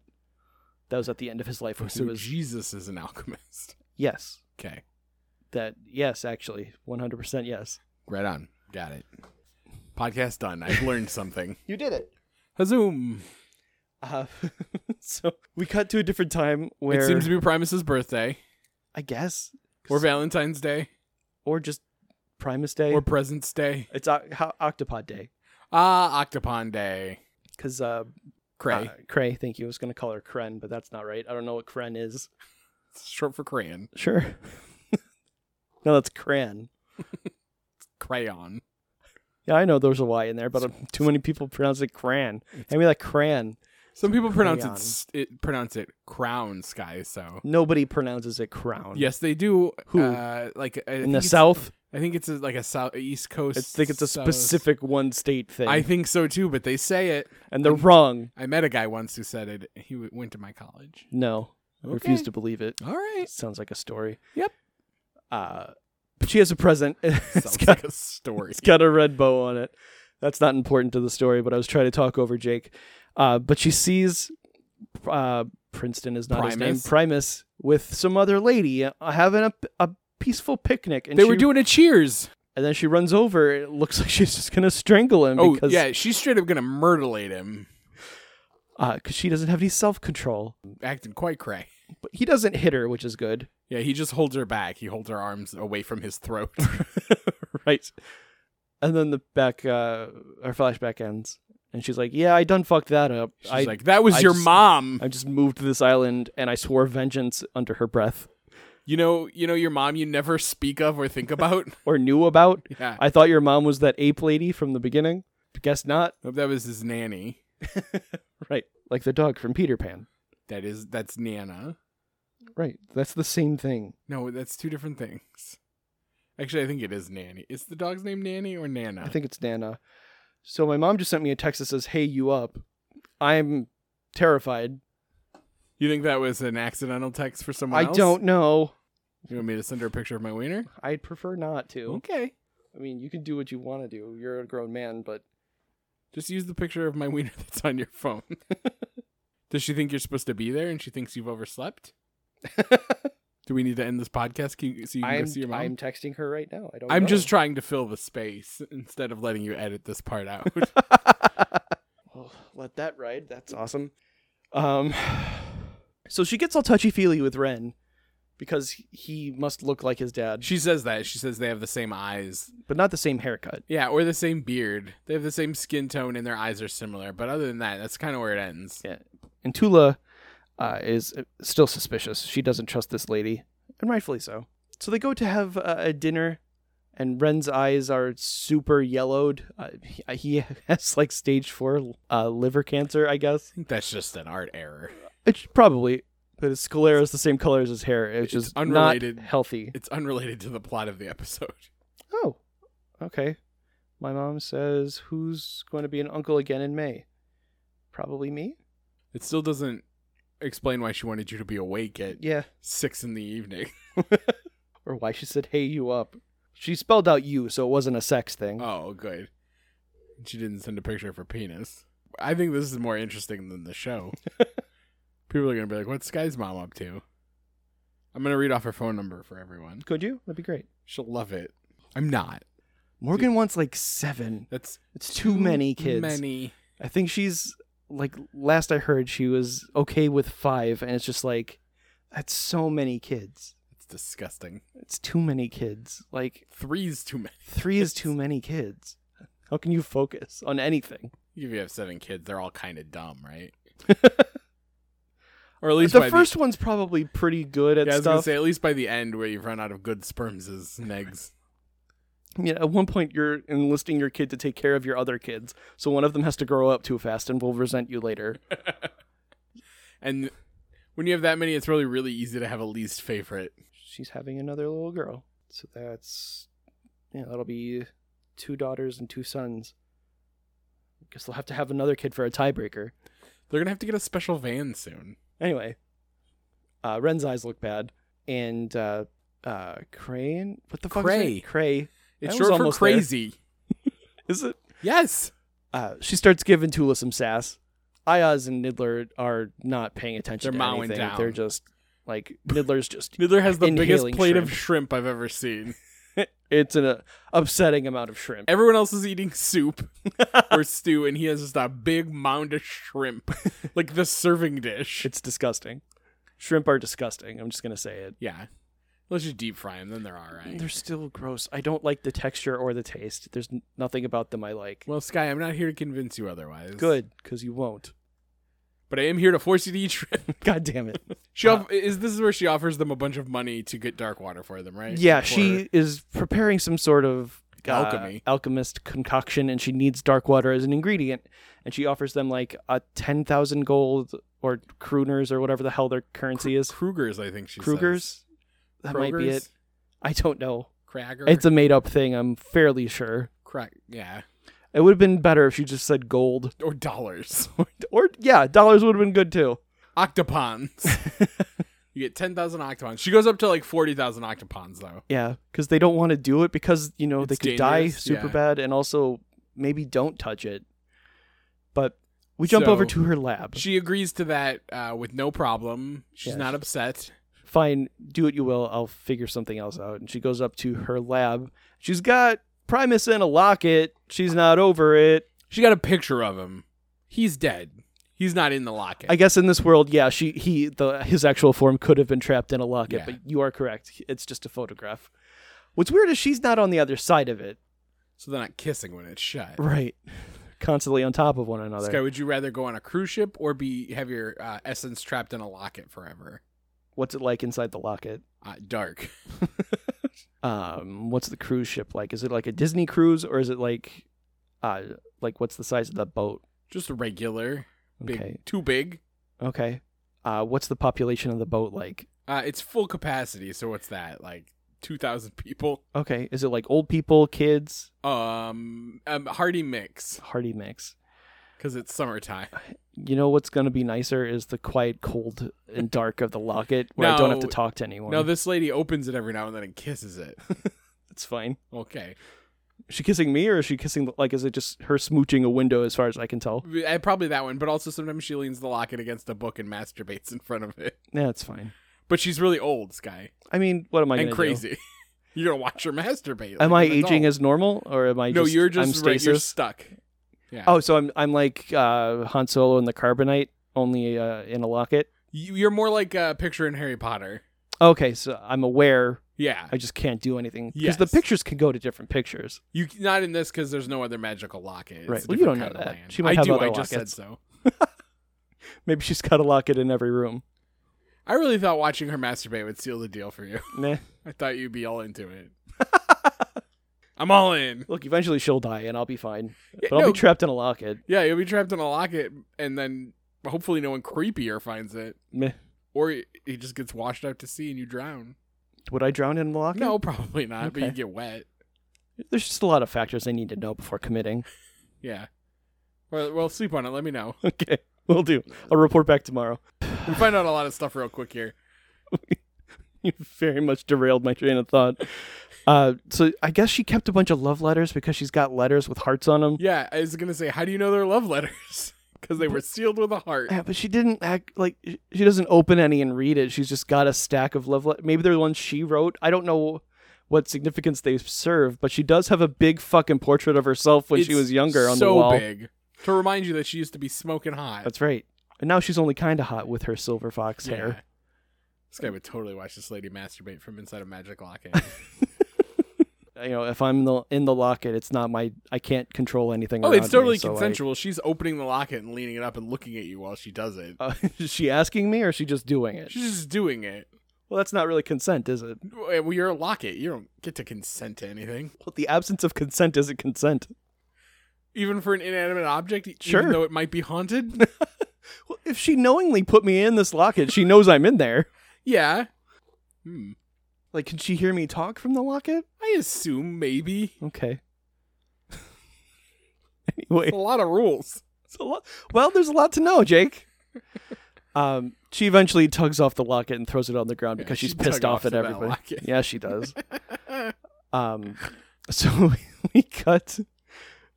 [SPEAKER 2] that was at the end of his life when
[SPEAKER 3] So
[SPEAKER 2] he was
[SPEAKER 3] Jesus is an alchemist. (laughs)
[SPEAKER 2] yes.
[SPEAKER 3] Okay,
[SPEAKER 2] That yes, actually. One hundred percent yes.
[SPEAKER 3] right on. Got it. Podcast done. I've learned something.
[SPEAKER 2] You did it.
[SPEAKER 3] Hazoom.
[SPEAKER 2] Uh, (laughs) so we cut to a different time where
[SPEAKER 3] It seems to be Primus's birthday,
[SPEAKER 2] I guess,
[SPEAKER 3] or Valentine's Day,
[SPEAKER 2] or just Primus Day.
[SPEAKER 3] or Presents Day.
[SPEAKER 2] it's o- ho- Octopod Day
[SPEAKER 3] Ah, Octopon Day.
[SPEAKER 2] because uh,
[SPEAKER 3] Cray.
[SPEAKER 2] uh, Cray. Thank you. I was gonna call her Kren, but that's not right. I don't know what Kren is.
[SPEAKER 3] It's short for crayon.
[SPEAKER 2] Sure. (laughs) no, that's Cran.
[SPEAKER 3] Crayon.
[SPEAKER 2] Yeah, I know there's a Y in there, but um, too many people pronounce it Cran. Hand me that Cran.
[SPEAKER 3] Some people pronounce it,
[SPEAKER 2] Crayon.
[SPEAKER 3] s- it pronounce it crown sky. So
[SPEAKER 2] Nobody pronounces it Crown.
[SPEAKER 3] yes, they do.
[SPEAKER 2] Who?
[SPEAKER 3] uh, like I
[SPEAKER 2] In
[SPEAKER 3] think
[SPEAKER 2] the
[SPEAKER 3] it's-
[SPEAKER 2] South,
[SPEAKER 3] I think it's a, like a south east coast.
[SPEAKER 2] I think it's a
[SPEAKER 3] South-
[SPEAKER 2] specific one state thing,
[SPEAKER 3] I think so too, but they say it.
[SPEAKER 2] and they're wrong.
[SPEAKER 3] I met a guy once who said it. He w- went to my college.
[SPEAKER 2] No, I refuse to believe it.
[SPEAKER 3] All right.
[SPEAKER 2] Sounds like a story.
[SPEAKER 3] Yep.
[SPEAKER 2] Uh, but she has a present. (laughs) (laughs) it's,
[SPEAKER 3] Sounds
[SPEAKER 2] got,
[SPEAKER 3] like a story.
[SPEAKER 2] it's got a red bow on it. That's not important to the story, but I was trying to talk over Jake. Uh, but she sees uh, Princeton is not his name,
[SPEAKER 3] Primus.
[SPEAKER 2] Primus, with some other lady uh, having a, a peaceful picnic. And
[SPEAKER 3] They
[SPEAKER 2] she,
[SPEAKER 3] were doing a cheers.
[SPEAKER 2] and then she runs over. It looks like (laughs) she's just gonna strangle him
[SPEAKER 3] Oh
[SPEAKER 2] because
[SPEAKER 3] yeah, she's straight up gonna murderate him,
[SPEAKER 2] uh, 'cause she doesn't have any self control.
[SPEAKER 3] acting quite cray.
[SPEAKER 2] But he doesn't hit her, which is good,
[SPEAKER 3] Yeah, he just holds her back. He holds her arms away from his
[SPEAKER 2] (laughs)
[SPEAKER 3] throat.
[SPEAKER 2] right? And then the back, uh, our flashback ends, and she's like, "Yeah, I done fucked that up.
[SPEAKER 3] She's
[SPEAKER 2] I
[SPEAKER 3] like, "That was
[SPEAKER 2] I
[SPEAKER 3] your
[SPEAKER 2] just-
[SPEAKER 3] mom."
[SPEAKER 2] I just moved to this island and I swore vengeance under her breath
[SPEAKER 3] You know, you know your mom. You never speak of or think
[SPEAKER 2] (laughs)
[SPEAKER 3] about.
[SPEAKER 2] or knew about.
[SPEAKER 3] yeah,
[SPEAKER 2] I thought your mom was that ape lady from the beginning. Guess not.
[SPEAKER 3] Nope, that was his nanny.
[SPEAKER 2] Right. Like the dog from Peter Pan.
[SPEAKER 3] That is that's Nana.
[SPEAKER 2] Right. That's the same thing.
[SPEAKER 3] No, that's two different things. Actually, I think it is Nanny. Is the dog's name Nanny or Nana?
[SPEAKER 2] I think it's Nana. So my mom just sent me a text that says, Hey, you up. I'm terrified.
[SPEAKER 3] you think that was an accidental text for someone
[SPEAKER 2] I
[SPEAKER 3] else?
[SPEAKER 2] don't know.
[SPEAKER 3] You want me to send her a picture of my wiener?
[SPEAKER 2] I'd prefer not to.
[SPEAKER 3] Okay.
[SPEAKER 2] I mean, you can do what you want to do. You're a grown man, but
[SPEAKER 3] Just use the picture of my wiener (laughs) that's on your
[SPEAKER 2] (laughs)
[SPEAKER 3] phone. Does she think you're supposed to be there and she thinks you've overslept? Do we need to end this podcast Can you, so you can
[SPEAKER 2] I'm,
[SPEAKER 3] go see your mom?
[SPEAKER 2] I'm texting her right now. I don't
[SPEAKER 3] I'm
[SPEAKER 2] know.
[SPEAKER 3] just trying to fill the space instead of letting you edit this part
[SPEAKER 2] (laughs)
[SPEAKER 3] out.
[SPEAKER 2] Well, let that ride. That's awesome. Um, (sighs) so she gets all touchy feely with Ren because he must look like his dad,
[SPEAKER 3] she says that. She says they have the same eyes.
[SPEAKER 2] but not the same haircut.
[SPEAKER 3] Yeah, or the same beard. They have the same skin tone and their eyes are similar. But other than that, that's kind of where it ends.
[SPEAKER 2] And Tula uh, is uh, still suspicious. She doesn't trust this lady, and rightfully so. So they go to have uh, a dinner, and Ren's eyes are super yellowed. Uh, he, he (laughs) has like stage four uh, liver cancer, I guess.
[SPEAKER 3] I think that's just an art error.
[SPEAKER 2] It's probably, but his sclera is the same color as his hair, which
[SPEAKER 3] It's
[SPEAKER 2] is
[SPEAKER 3] unrelated.
[SPEAKER 2] not healthy.
[SPEAKER 3] It's unrelated to the plot of the episode.
[SPEAKER 2] Oh, okay. My mom says, Who's going to be an uncle again in May? Probably me?
[SPEAKER 3] It still doesn't explain why she wanted you to be awake at
[SPEAKER 2] Yeah.
[SPEAKER 3] six in the evening.
[SPEAKER 2] Or why she said, Hey, you up. She spelled out you, so it wasn't a sex thing.
[SPEAKER 3] Oh, good. She didn't send a picture of her penis. I think this is more interesting than the
[SPEAKER 2] (laughs)
[SPEAKER 3] show. People are gonna be like, "What's Sky's mom up to?" I'm gonna read off her phone number for everyone.
[SPEAKER 2] Could you? That'd be great.
[SPEAKER 3] She'll love it. I'm not.
[SPEAKER 2] Morgan wants like seven.
[SPEAKER 3] That's
[SPEAKER 2] It's too, many kids.
[SPEAKER 3] Many.
[SPEAKER 2] I think she's like, last I heard, she was okay with five, and it's just like, That's so many kids.
[SPEAKER 3] It's disgusting.
[SPEAKER 2] It's too many kids. Like,
[SPEAKER 3] Three's too many.
[SPEAKER 2] three is too many kids. How can you focus on anything?
[SPEAKER 3] If you have seven kids, they're all kind of dumb,
[SPEAKER 2] (laughs)
[SPEAKER 3] right? or at least by
[SPEAKER 2] the first one's probably pretty good at
[SPEAKER 3] yeah, I was gonna
[SPEAKER 2] stuff.
[SPEAKER 3] say at least by the end where you've run out of good sperms is and eggs.
[SPEAKER 2] I mean, at one point, you're enlisting your kid to take care of your other kids, so one of them has to grow up too fast and will resent you later.
[SPEAKER 3] (laughs) And when you have that many, it's really really easy to have a least favorite.
[SPEAKER 2] She's having another little girl. So that's yeah, that'll be two daughters and two sons. Guess they'll have to have another kid for a tiebreaker.
[SPEAKER 3] They're gonna have to get a special van soon.
[SPEAKER 2] Anyway, uh, Ren's eyes look bad, and uh, uh, Crane. What the fuck? is her
[SPEAKER 3] Cray.
[SPEAKER 2] name? Cray.
[SPEAKER 3] It's
[SPEAKER 2] I was
[SPEAKER 3] short for
[SPEAKER 2] almost there.
[SPEAKER 3] crazy.
[SPEAKER 2] Is it?
[SPEAKER 3] Yes.
[SPEAKER 2] Uh, she starts giving Tula some sass. Ayaz and Niddler are not paying attention.
[SPEAKER 3] They're
[SPEAKER 2] to
[SPEAKER 3] mowing
[SPEAKER 2] anything.
[SPEAKER 3] down.
[SPEAKER 2] They're just like Niddler's just.
[SPEAKER 3] Niddler has the biggest
[SPEAKER 2] Inhaling
[SPEAKER 3] plate of shrimp I've ever seen.
[SPEAKER 2] it's an uh, upsetting amount of shrimp.
[SPEAKER 3] Everyone else is eating
[SPEAKER 2] (laughs)
[SPEAKER 3] soup or stew, and he has just a big mound of shrimp,
[SPEAKER 2] (laughs)
[SPEAKER 3] like the serving dish.
[SPEAKER 2] It's disgusting. Shrimp are disgusting. I'm just gonna say it.
[SPEAKER 3] yeah. Let's just deep fry them, then they're all right.
[SPEAKER 2] They're still gross. I don't like the texture or the taste. There's n- nothing about them I like.
[SPEAKER 3] Well, Sky, I'm not here to convince you otherwise.
[SPEAKER 2] Good, because you won't. (laughs)
[SPEAKER 3] But I am here to force you to eat shrimp.
[SPEAKER 2] God damn it.
[SPEAKER 3] She off- is this is where she offers them a bunch of money to get dark water for them, right?
[SPEAKER 2] Yeah,
[SPEAKER 3] For-
[SPEAKER 2] she is preparing some sort of uh,
[SPEAKER 3] Alchemy.
[SPEAKER 2] alchemist concoction, and she needs dark water as an ingredient. And she offers them like a ten thousand gold or krooners or whatever the hell their currency is.
[SPEAKER 3] Kruger's, I think she says.
[SPEAKER 2] Krugers, that might be it.
[SPEAKER 3] Kroger's?
[SPEAKER 2] I don't know.
[SPEAKER 3] Krager.
[SPEAKER 2] It's a made up thing. I'm fairly sure.
[SPEAKER 3] Cra- yeah.
[SPEAKER 2] It would have been better if she just said gold,
[SPEAKER 3] Or dollars. (laughs)
[SPEAKER 2] or yeah, dollars would have been good too. (laughs)
[SPEAKER 3] octopons. you get 10,000 octopons. She goes up to like 40,000 octopons, though.
[SPEAKER 2] Yeah, because they don't want to do it because you know they
[SPEAKER 3] It's
[SPEAKER 2] could die
[SPEAKER 3] dangerous,
[SPEAKER 2] super
[SPEAKER 3] yeah.
[SPEAKER 2] bad, and also maybe don't touch it. But we jump
[SPEAKER 3] So-
[SPEAKER 2] over to her lab.
[SPEAKER 3] She agrees to that uh, with no problem. She's
[SPEAKER 2] Yeah,
[SPEAKER 3] not
[SPEAKER 2] she-
[SPEAKER 3] upset.
[SPEAKER 2] Fine, do what you will. I'll figure something else out. And she goes up to her lab. She's got Primus in a locket. She's not over it.
[SPEAKER 3] She got a picture of him. He's dead. He's not in the locket.
[SPEAKER 2] I guess in this world, yeah, she he the his actual form could have been trapped in a locket,
[SPEAKER 3] Yeah.
[SPEAKER 2] but you are correct. It's just a photograph. What's weird is she's not on the other side of it.
[SPEAKER 3] so they're not kissing when it's shut.
[SPEAKER 2] Right. Constantly on top of one another.
[SPEAKER 3] Sky, would you rather go on a cruise ship or be have your uh, essence trapped in a locket forever?
[SPEAKER 2] What's it like inside the locket?
[SPEAKER 3] Uh, dark. (laughs)
[SPEAKER 2] um what's the cruise ship like is it like a disney cruise or is it like uh like what's the size of the boat
[SPEAKER 3] Just a regular. Big,
[SPEAKER 2] okay
[SPEAKER 3] Too big.
[SPEAKER 2] okay uh what's the population of the boat like
[SPEAKER 3] Uh, it's full capacity. So what's that? Like 2,000 (laughs) people?
[SPEAKER 2] okay is it like old people kids
[SPEAKER 3] Um, um Hardy mix
[SPEAKER 2] hardy mix
[SPEAKER 3] because it's
[SPEAKER 2] (laughs)
[SPEAKER 3] summertime.
[SPEAKER 2] you know what's going to be nicer is the quiet cold and dark of the locket where i don't have to
[SPEAKER 3] No.
[SPEAKER 2] talk to anyone
[SPEAKER 3] No, this lady opens it every now and then and kisses it. (laughs)
[SPEAKER 2] that's fine
[SPEAKER 3] Okay.
[SPEAKER 2] is she kissing me or is she kissing like is it just her smooching a window as far as i can tell
[SPEAKER 3] I, Uh, probably that one, but also sometimes she leans the locket against a book and masturbates (laughs) in front of it.
[SPEAKER 2] yeah it's fine
[SPEAKER 3] But she's really old, Sky,
[SPEAKER 2] i mean what am i
[SPEAKER 3] and
[SPEAKER 2] gonna do?
[SPEAKER 3] crazy. (laughs) you're gonna watch her masturbate.
[SPEAKER 2] am i
[SPEAKER 3] like an
[SPEAKER 2] aging
[SPEAKER 3] adult.
[SPEAKER 2] as normal or am i
[SPEAKER 3] no?
[SPEAKER 2] just,
[SPEAKER 3] you're just
[SPEAKER 2] I'm
[SPEAKER 3] right, you're
[SPEAKER 2] stasis?
[SPEAKER 3] stuck. Yeah.
[SPEAKER 2] Oh, so I'm I'm like uh, Han Solo in the carbonite, only uh, in a locket.
[SPEAKER 3] You, you're more like a picture in Harry Potter.
[SPEAKER 2] Okay, so I'm aware.
[SPEAKER 3] Yeah.
[SPEAKER 2] I just can't do anything because the
[SPEAKER 3] Yes.
[SPEAKER 2] pictures can go to different pictures.
[SPEAKER 3] You not in this because there's no other magical locket. It's
[SPEAKER 2] Right.
[SPEAKER 3] a
[SPEAKER 2] Well, you
[SPEAKER 3] different
[SPEAKER 2] don't know
[SPEAKER 3] kind of
[SPEAKER 2] that.
[SPEAKER 3] land.
[SPEAKER 2] She might
[SPEAKER 3] I
[SPEAKER 2] have
[SPEAKER 3] do. I
[SPEAKER 2] other
[SPEAKER 3] just said
[SPEAKER 2] lockets.
[SPEAKER 3] so.
[SPEAKER 2] Maybe she's got a locket in every (laughs) room.
[SPEAKER 3] I really thought watching her masturbate would seal the deal for you. (laughs)
[SPEAKER 2] Meh.
[SPEAKER 3] I thought you'd be all into
[SPEAKER 2] (laughs)
[SPEAKER 3] it. I'm all in.
[SPEAKER 2] Look, eventually she'll die and I'll be fine,
[SPEAKER 3] Yeah,
[SPEAKER 2] but I'll
[SPEAKER 3] no,
[SPEAKER 2] be trapped in a locket.
[SPEAKER 3] yeah, you'll be trapped in a locket, and then hopefully no one creepier finds it,
[SPEAKER 2] Meh.
[SPEAKER 3] or he- he just gets washed out to sea and you drown.
[SPEAKER 2] Would I drown in a locket?
[SPEAKER 3] No, (laughs) probably not, but you
[SPEAKER 2] Okay.
[SPEAKER 3] get wet.
[SPEAKER 2] There's just a lot of factors I need to know before committing.
[SPEAKER 3] Yeah. Well, well, sleep on it. Let me know. (laughs)
[SPEAKER 2] (laughs) Okay, we'll do. I'll report back tomorrow. (laughs)
[SPEAKER 3] We find out a lot of stuff real quick here.
[SPEAKER 2] You very much derailed my train of thought. Uh, so I guess she kept a bunch of love letters because she's got letters with hearts on them.
[SPEAKER 3] Yeah, I was gonna say, how do you know their love letters? (laughs) Because they were sealed with a heart.
[SPEAKER 2] Yeah, but she didn't act like sh- she doesn't open any and read it. She's just got a stack of love letters. Maybe they're the ones she wrote. I don't know what significance they serve, but she does have a big fucking portrait of herself when she
[SPEAKER 3] It's
[SPEAKER 2] was younger on
[SPEAKER 3] so
[SPEAKER 2] the wall.
[SPEAKER 3] big to remind you that she used to be smoking hot.
[SPEAKER 2] That's right. And now she's only kind of hot with her silver fox hair.
[SPEAKER 3] This guy would totally watch this lady masturbate from inside a magic
[SPEAKER 2] (laughs)
[SPEAKER 3] locket.
[SPEAKER 2] You know, if I'm in the in the locket, it's not my. I can't control anything.
[SPEAKER 3] oh,
[SPEAKER 2] around
[SPEAKER 3] it's totally
[SPEAKER 2] me, so I-
[SPEAKER 3] consensual. She's opening the locket and leaning it up and looking at you while she does it.
[SPEAKER 2] Uh, (laughs) is she asking me or is she just doing it?
[SPEAKER 3] She's just doing it. Eh,
[SPEAKER 2] Well, that's not really consent, is it?
[SPEAKER 3] Well, you're a locket. You don't get to consent to anything,
[SPEAKER 2] Well, the absence of consent isn't consent.
[SPEAKER 3] even for an inanimate object.
[SPEAKER 2] Sure. (laughs)
[SPEAKER 3] Even though it might be haunted.
[SPEAKER 2] Well, If she knowingly put me in this locket, she knows I'm in there.
[SPEAKER 3] Yeah. Hmm.
[SPEAKER 2] Like, can she hear me talk from the locket?
[SPEAKER 3] I assume maybe.
[SPEAKER 2] Okay. (laughs)
[SPEAKER 3] It's (laughs)
[SPEAKER 2] anyway,
[SPEAKER 3] a lot of rules.
[SPEAKER 2] it's a lot. Well, there's a lot to
[SPEAKER 3] (laughs)
[SPEAKER 2] know, Jake. Um, she eventually tugs off the locket and throws it on the ground because
[SPEAKER 3] she
[SPEAKER 2] she's
[SPEAKER 3] dug
[SPEAKER 2] pissed off
[SPEAKER 3] to
[SPEAKER 2] at
[SPEAKER 3] that
[SPEAKER 2] everybody.
[SPEAKER 3] locket.
[SPEAKER 2] (laughs) Yeah,
[SPEAKER 3] (laughs)
[SPEAKER 2] she does. Um, so (laughs) we cut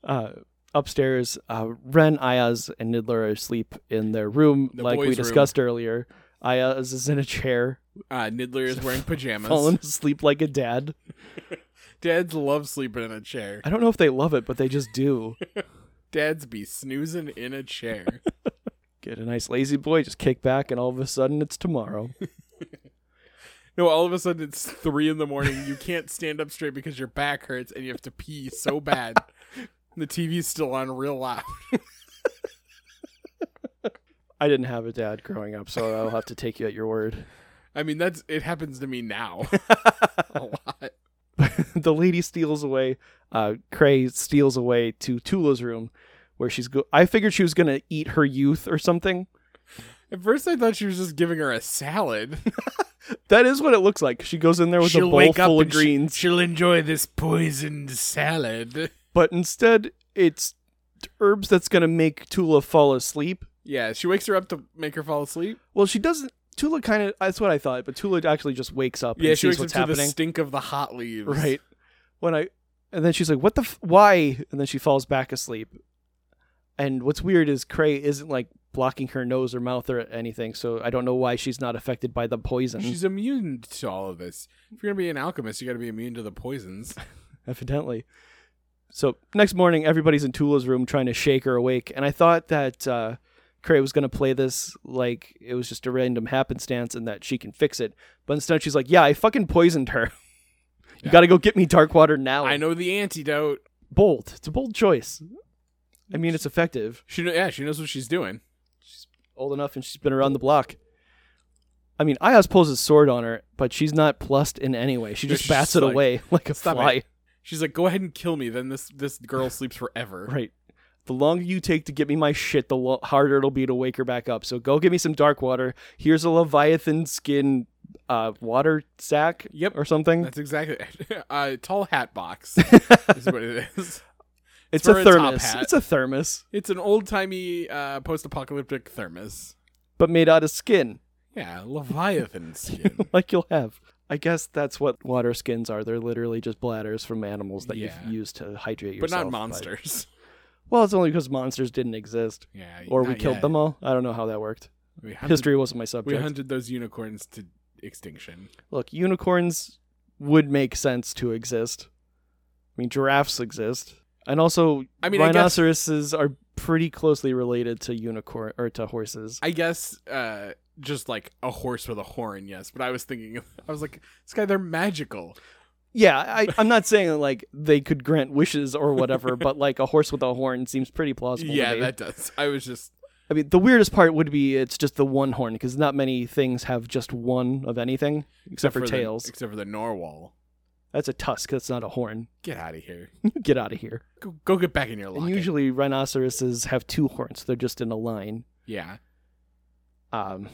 [SPEAKER 2] uh, upstairs. Uh, Ren, Ayaz, and Nidler are asleep in their room,
[SPEAKER 3] The
[SPEAKER 2] like we
[SPEAKER 3] boys' room.
[SPEAKER 2] discussed earlier. Ayaz is in a chair,
[SPEAKER 3] Uh, Niddler is
[SPEAKER 2] (laughs)
[SPEAKER 3] wearing pajamas.
[SPEAKER 2] falling asleep like a dad.
[SPEAKER 3] Dads love sleeping in a chair.
[SPEAKER 2] I don't know if they love it, but they just do.
[SPEAKER 3] Dads be snoozing in a chair. (laughs)
[SPEAKER 2] Get a nice lazy boy, just kick back, and all of a sudden
[SPEAKER 3] (laughs)
[SPEAKER 2] it's tomorrow.
[SPEAKER 3] no, all of a sudden it's three in the morning. You can't stand up straight because your back hurts and you have to pee so
[SPEAKER 2] (laughs)
[SPEAKER 3] bad. the TV's still on real loud.
[SPEAKER 2] I didn't have a dad growing up, so I'll have to take you at your word. (laughs)
[SPEAKER 3] I mean, that's it happens to me now (laughs)
[SPEAKER 2] (laughs)
[SPEAKER 3] a lot.
[SPEAKER 2] the lady steals away. Uh, Cray steals away to Tula's room, where she's. Go- I figured she was gonna eat her youth or something.
[SPEAKER 3] At first, I thought she was just giving her a
[SPEAKER 2] (laughs)
[SPEAKER 3] salad.
[SPEAKER 2] That is what it looks like. She goes in there with a bowl full of
[SPEAKER 3] and she-
[SPEAKER 2] greens,
[SPEAKER 3] she'll enjoy this poisoned salad. (laughs)
[SPEAKER 2] but instead it's herbs that's going to make Tula fall asleep.
[SPEAKER 3] Yeah, she wakes her up to make her fall asleep.
[SPEAKER 2] Well, she doesn't. Tula kind of. That's what I thought, but Tula actually just wakes up.
[SPEAKER 3] yeah,
[SPEAKER 2] and
[SPEAKER 3] she wakes up
[SPEAKER 2] sees what's
[SPEAKER 3] to the
[SPEAKER 2] happening.
[SPEAKER 3] stink of the hot leaves.
[SPEAKER 2] right. When I and then she's like, "What the? F- why?" And then she falls back asleep. And what's weird is Cray isn't like blocking her nose or mouth or anything, so I don't know why she's not affected by the poison.
[SPEAKER 3] She's immune to all of this. If you're gonna be an alchemist, you gotta be immune to the
[SPEAKER 2] (laughs)
[SPEAKER 3] poisons.
[SPEAKER 2] evidently. So next morning, everybody's in Tula's room trying to shake her awake, and I thought that uh, Cray was going to play this like it was just a random happenstance and that she can fix it. But instead, she's like, "Yeah, I fucking poisoned her. (laughs) you
[SPEAKER 3] Yeah.
[SPEAKER 2] got to go get me Darkwater now."
[SPEAKER 3] I know the antidote.
[SPEAKER 2] bold. It's a bold choice. I mean, it's effective.
[SPEAKER 3] She know, yeah, she knows what she's doing.
[SPEAKER 2] Old enough, and she's been around the block. I mean, Ayaz pulls his sword on her, but she's not plussed in any way. She
[SPEAKER 3] No,
[SPEAKER 2] just
[SPEAKER 3] she's
[SPEAKER 2] bats
[SPEAKER 3] just
[SPEAKER 2] it
[SPEAKER 3] like,
[SPEAKER 2] away (laughs) like a
[SPEAKER 3] "Stop it."
[SPEAKER 2] fly.
[SPEAKER 3] She's like, "Go ahead and kill me." Then this this
[SPEAKER 2] (laughs)
[SPEAKER 3] girl sleeps forever.
[SPEAKER 2] Right. The longer you take to get me my shit, the lo- harder it'll be to wake her back up. So go get me some dark water. Here's a leviathan skin uh, water sack.
[SPEAKER 3] Yep.
[SPEAKER 2] Or something.
[SPEAKER 3] That's exactly (laughs) uh, tall hat
[SPEAKER 2] (laughs)
[SPEAKER 3] box is what it is.
[SPEAKER 2] it's
[SPEAKER 3] for
[SPEAKER 2] a
[SPEAKER 3] a top
[SPEAKER 2] thermos.
[SPEAKER 3] hat.
[SPEAKER 2] It's a thermos,
[SPEAKER 3] It's an old timey uh, post apocalyptic thermos.
[SPEAKER 2] but made out of skin,
[SPEAKER 3] Yeah,
[SPEAKER 2] (laughs)
[SPEAKER 3] leviathan skin.
[SPEAKER 2] like you'll have. I guess that's what water skins are. They're literally just bladders from animals that
[SPEAKER 3] Yeah.
[SPEAKER 2] you've used to hydrate
[SPEAKER 3] but
[SPEAKER 2] yourself.
[SPEAKER 3] not
[SPEAKER 2] (laughs)
[SPEAKER 3] monsters.
[SPEAKER 2] well, it's only because monsters didn't exist,
[SPEAKER 3] Yeah,
[SPEAKER 2] or we
[SPEAKER 3] not
[SPEAKER 2] killed
[SPEAKER 3] yet.
[SPEAKER 2] them all. I don't know how that worked.
[SPEAKER 3] We hunted,
[SPEAKER 2] History wasn't my
[SPEAKER 3] We
[SPEAKER 2] subject.
[SPEAKER 3] hunted those unicorns to extinction.
[SPEAKER 2] look, unicorns would make sense to exist. I mean, giraffes exist, and also
[SPEAKER 3] I mean, I guess-
[SPEAKER 2] rhinoceroses are pretty closely related to unicorn or to horses.
[SPEAKER 3] I guess uh, just like a horse with a horn, yes. But I was thinking, I was like, this guy, they're magical.
[SPEAKER 2] yeah, I, I'm not saying like they could grant wishes
[SPEAKER 3] (laughs)
[SPEAKER 2] or whatever, but like a horse with a horn seems pretty plausible. to
[SPEAKER 3] yeah,
[SPEAKER 2] me.
[SPEAKER 3] that does. I was just
[SPEAKER 2] I mean, the weirdest part would be it's just the one horn because not many things have just one of anything except, for,
[SPEAKER 3] the-
[SPEAKER 2] tails.
[SPEAKER 3] except for the narwhal.
[SPEAKER 2] That's a tusk. That's not a horn. (laughs)
[SPEAKER 3] Get out of here.
[SPEAKER 2] Get out of here.
[SPEAKER 3] Go, go get back in your
[SPEAKER 2] And
[SPEAKER 3] locker.
[SPEAKER 2] usually rhinoceroses have two horns. They're just in a line.
[SPEAKER 3] yeah,
[SPEAKER 2] Um,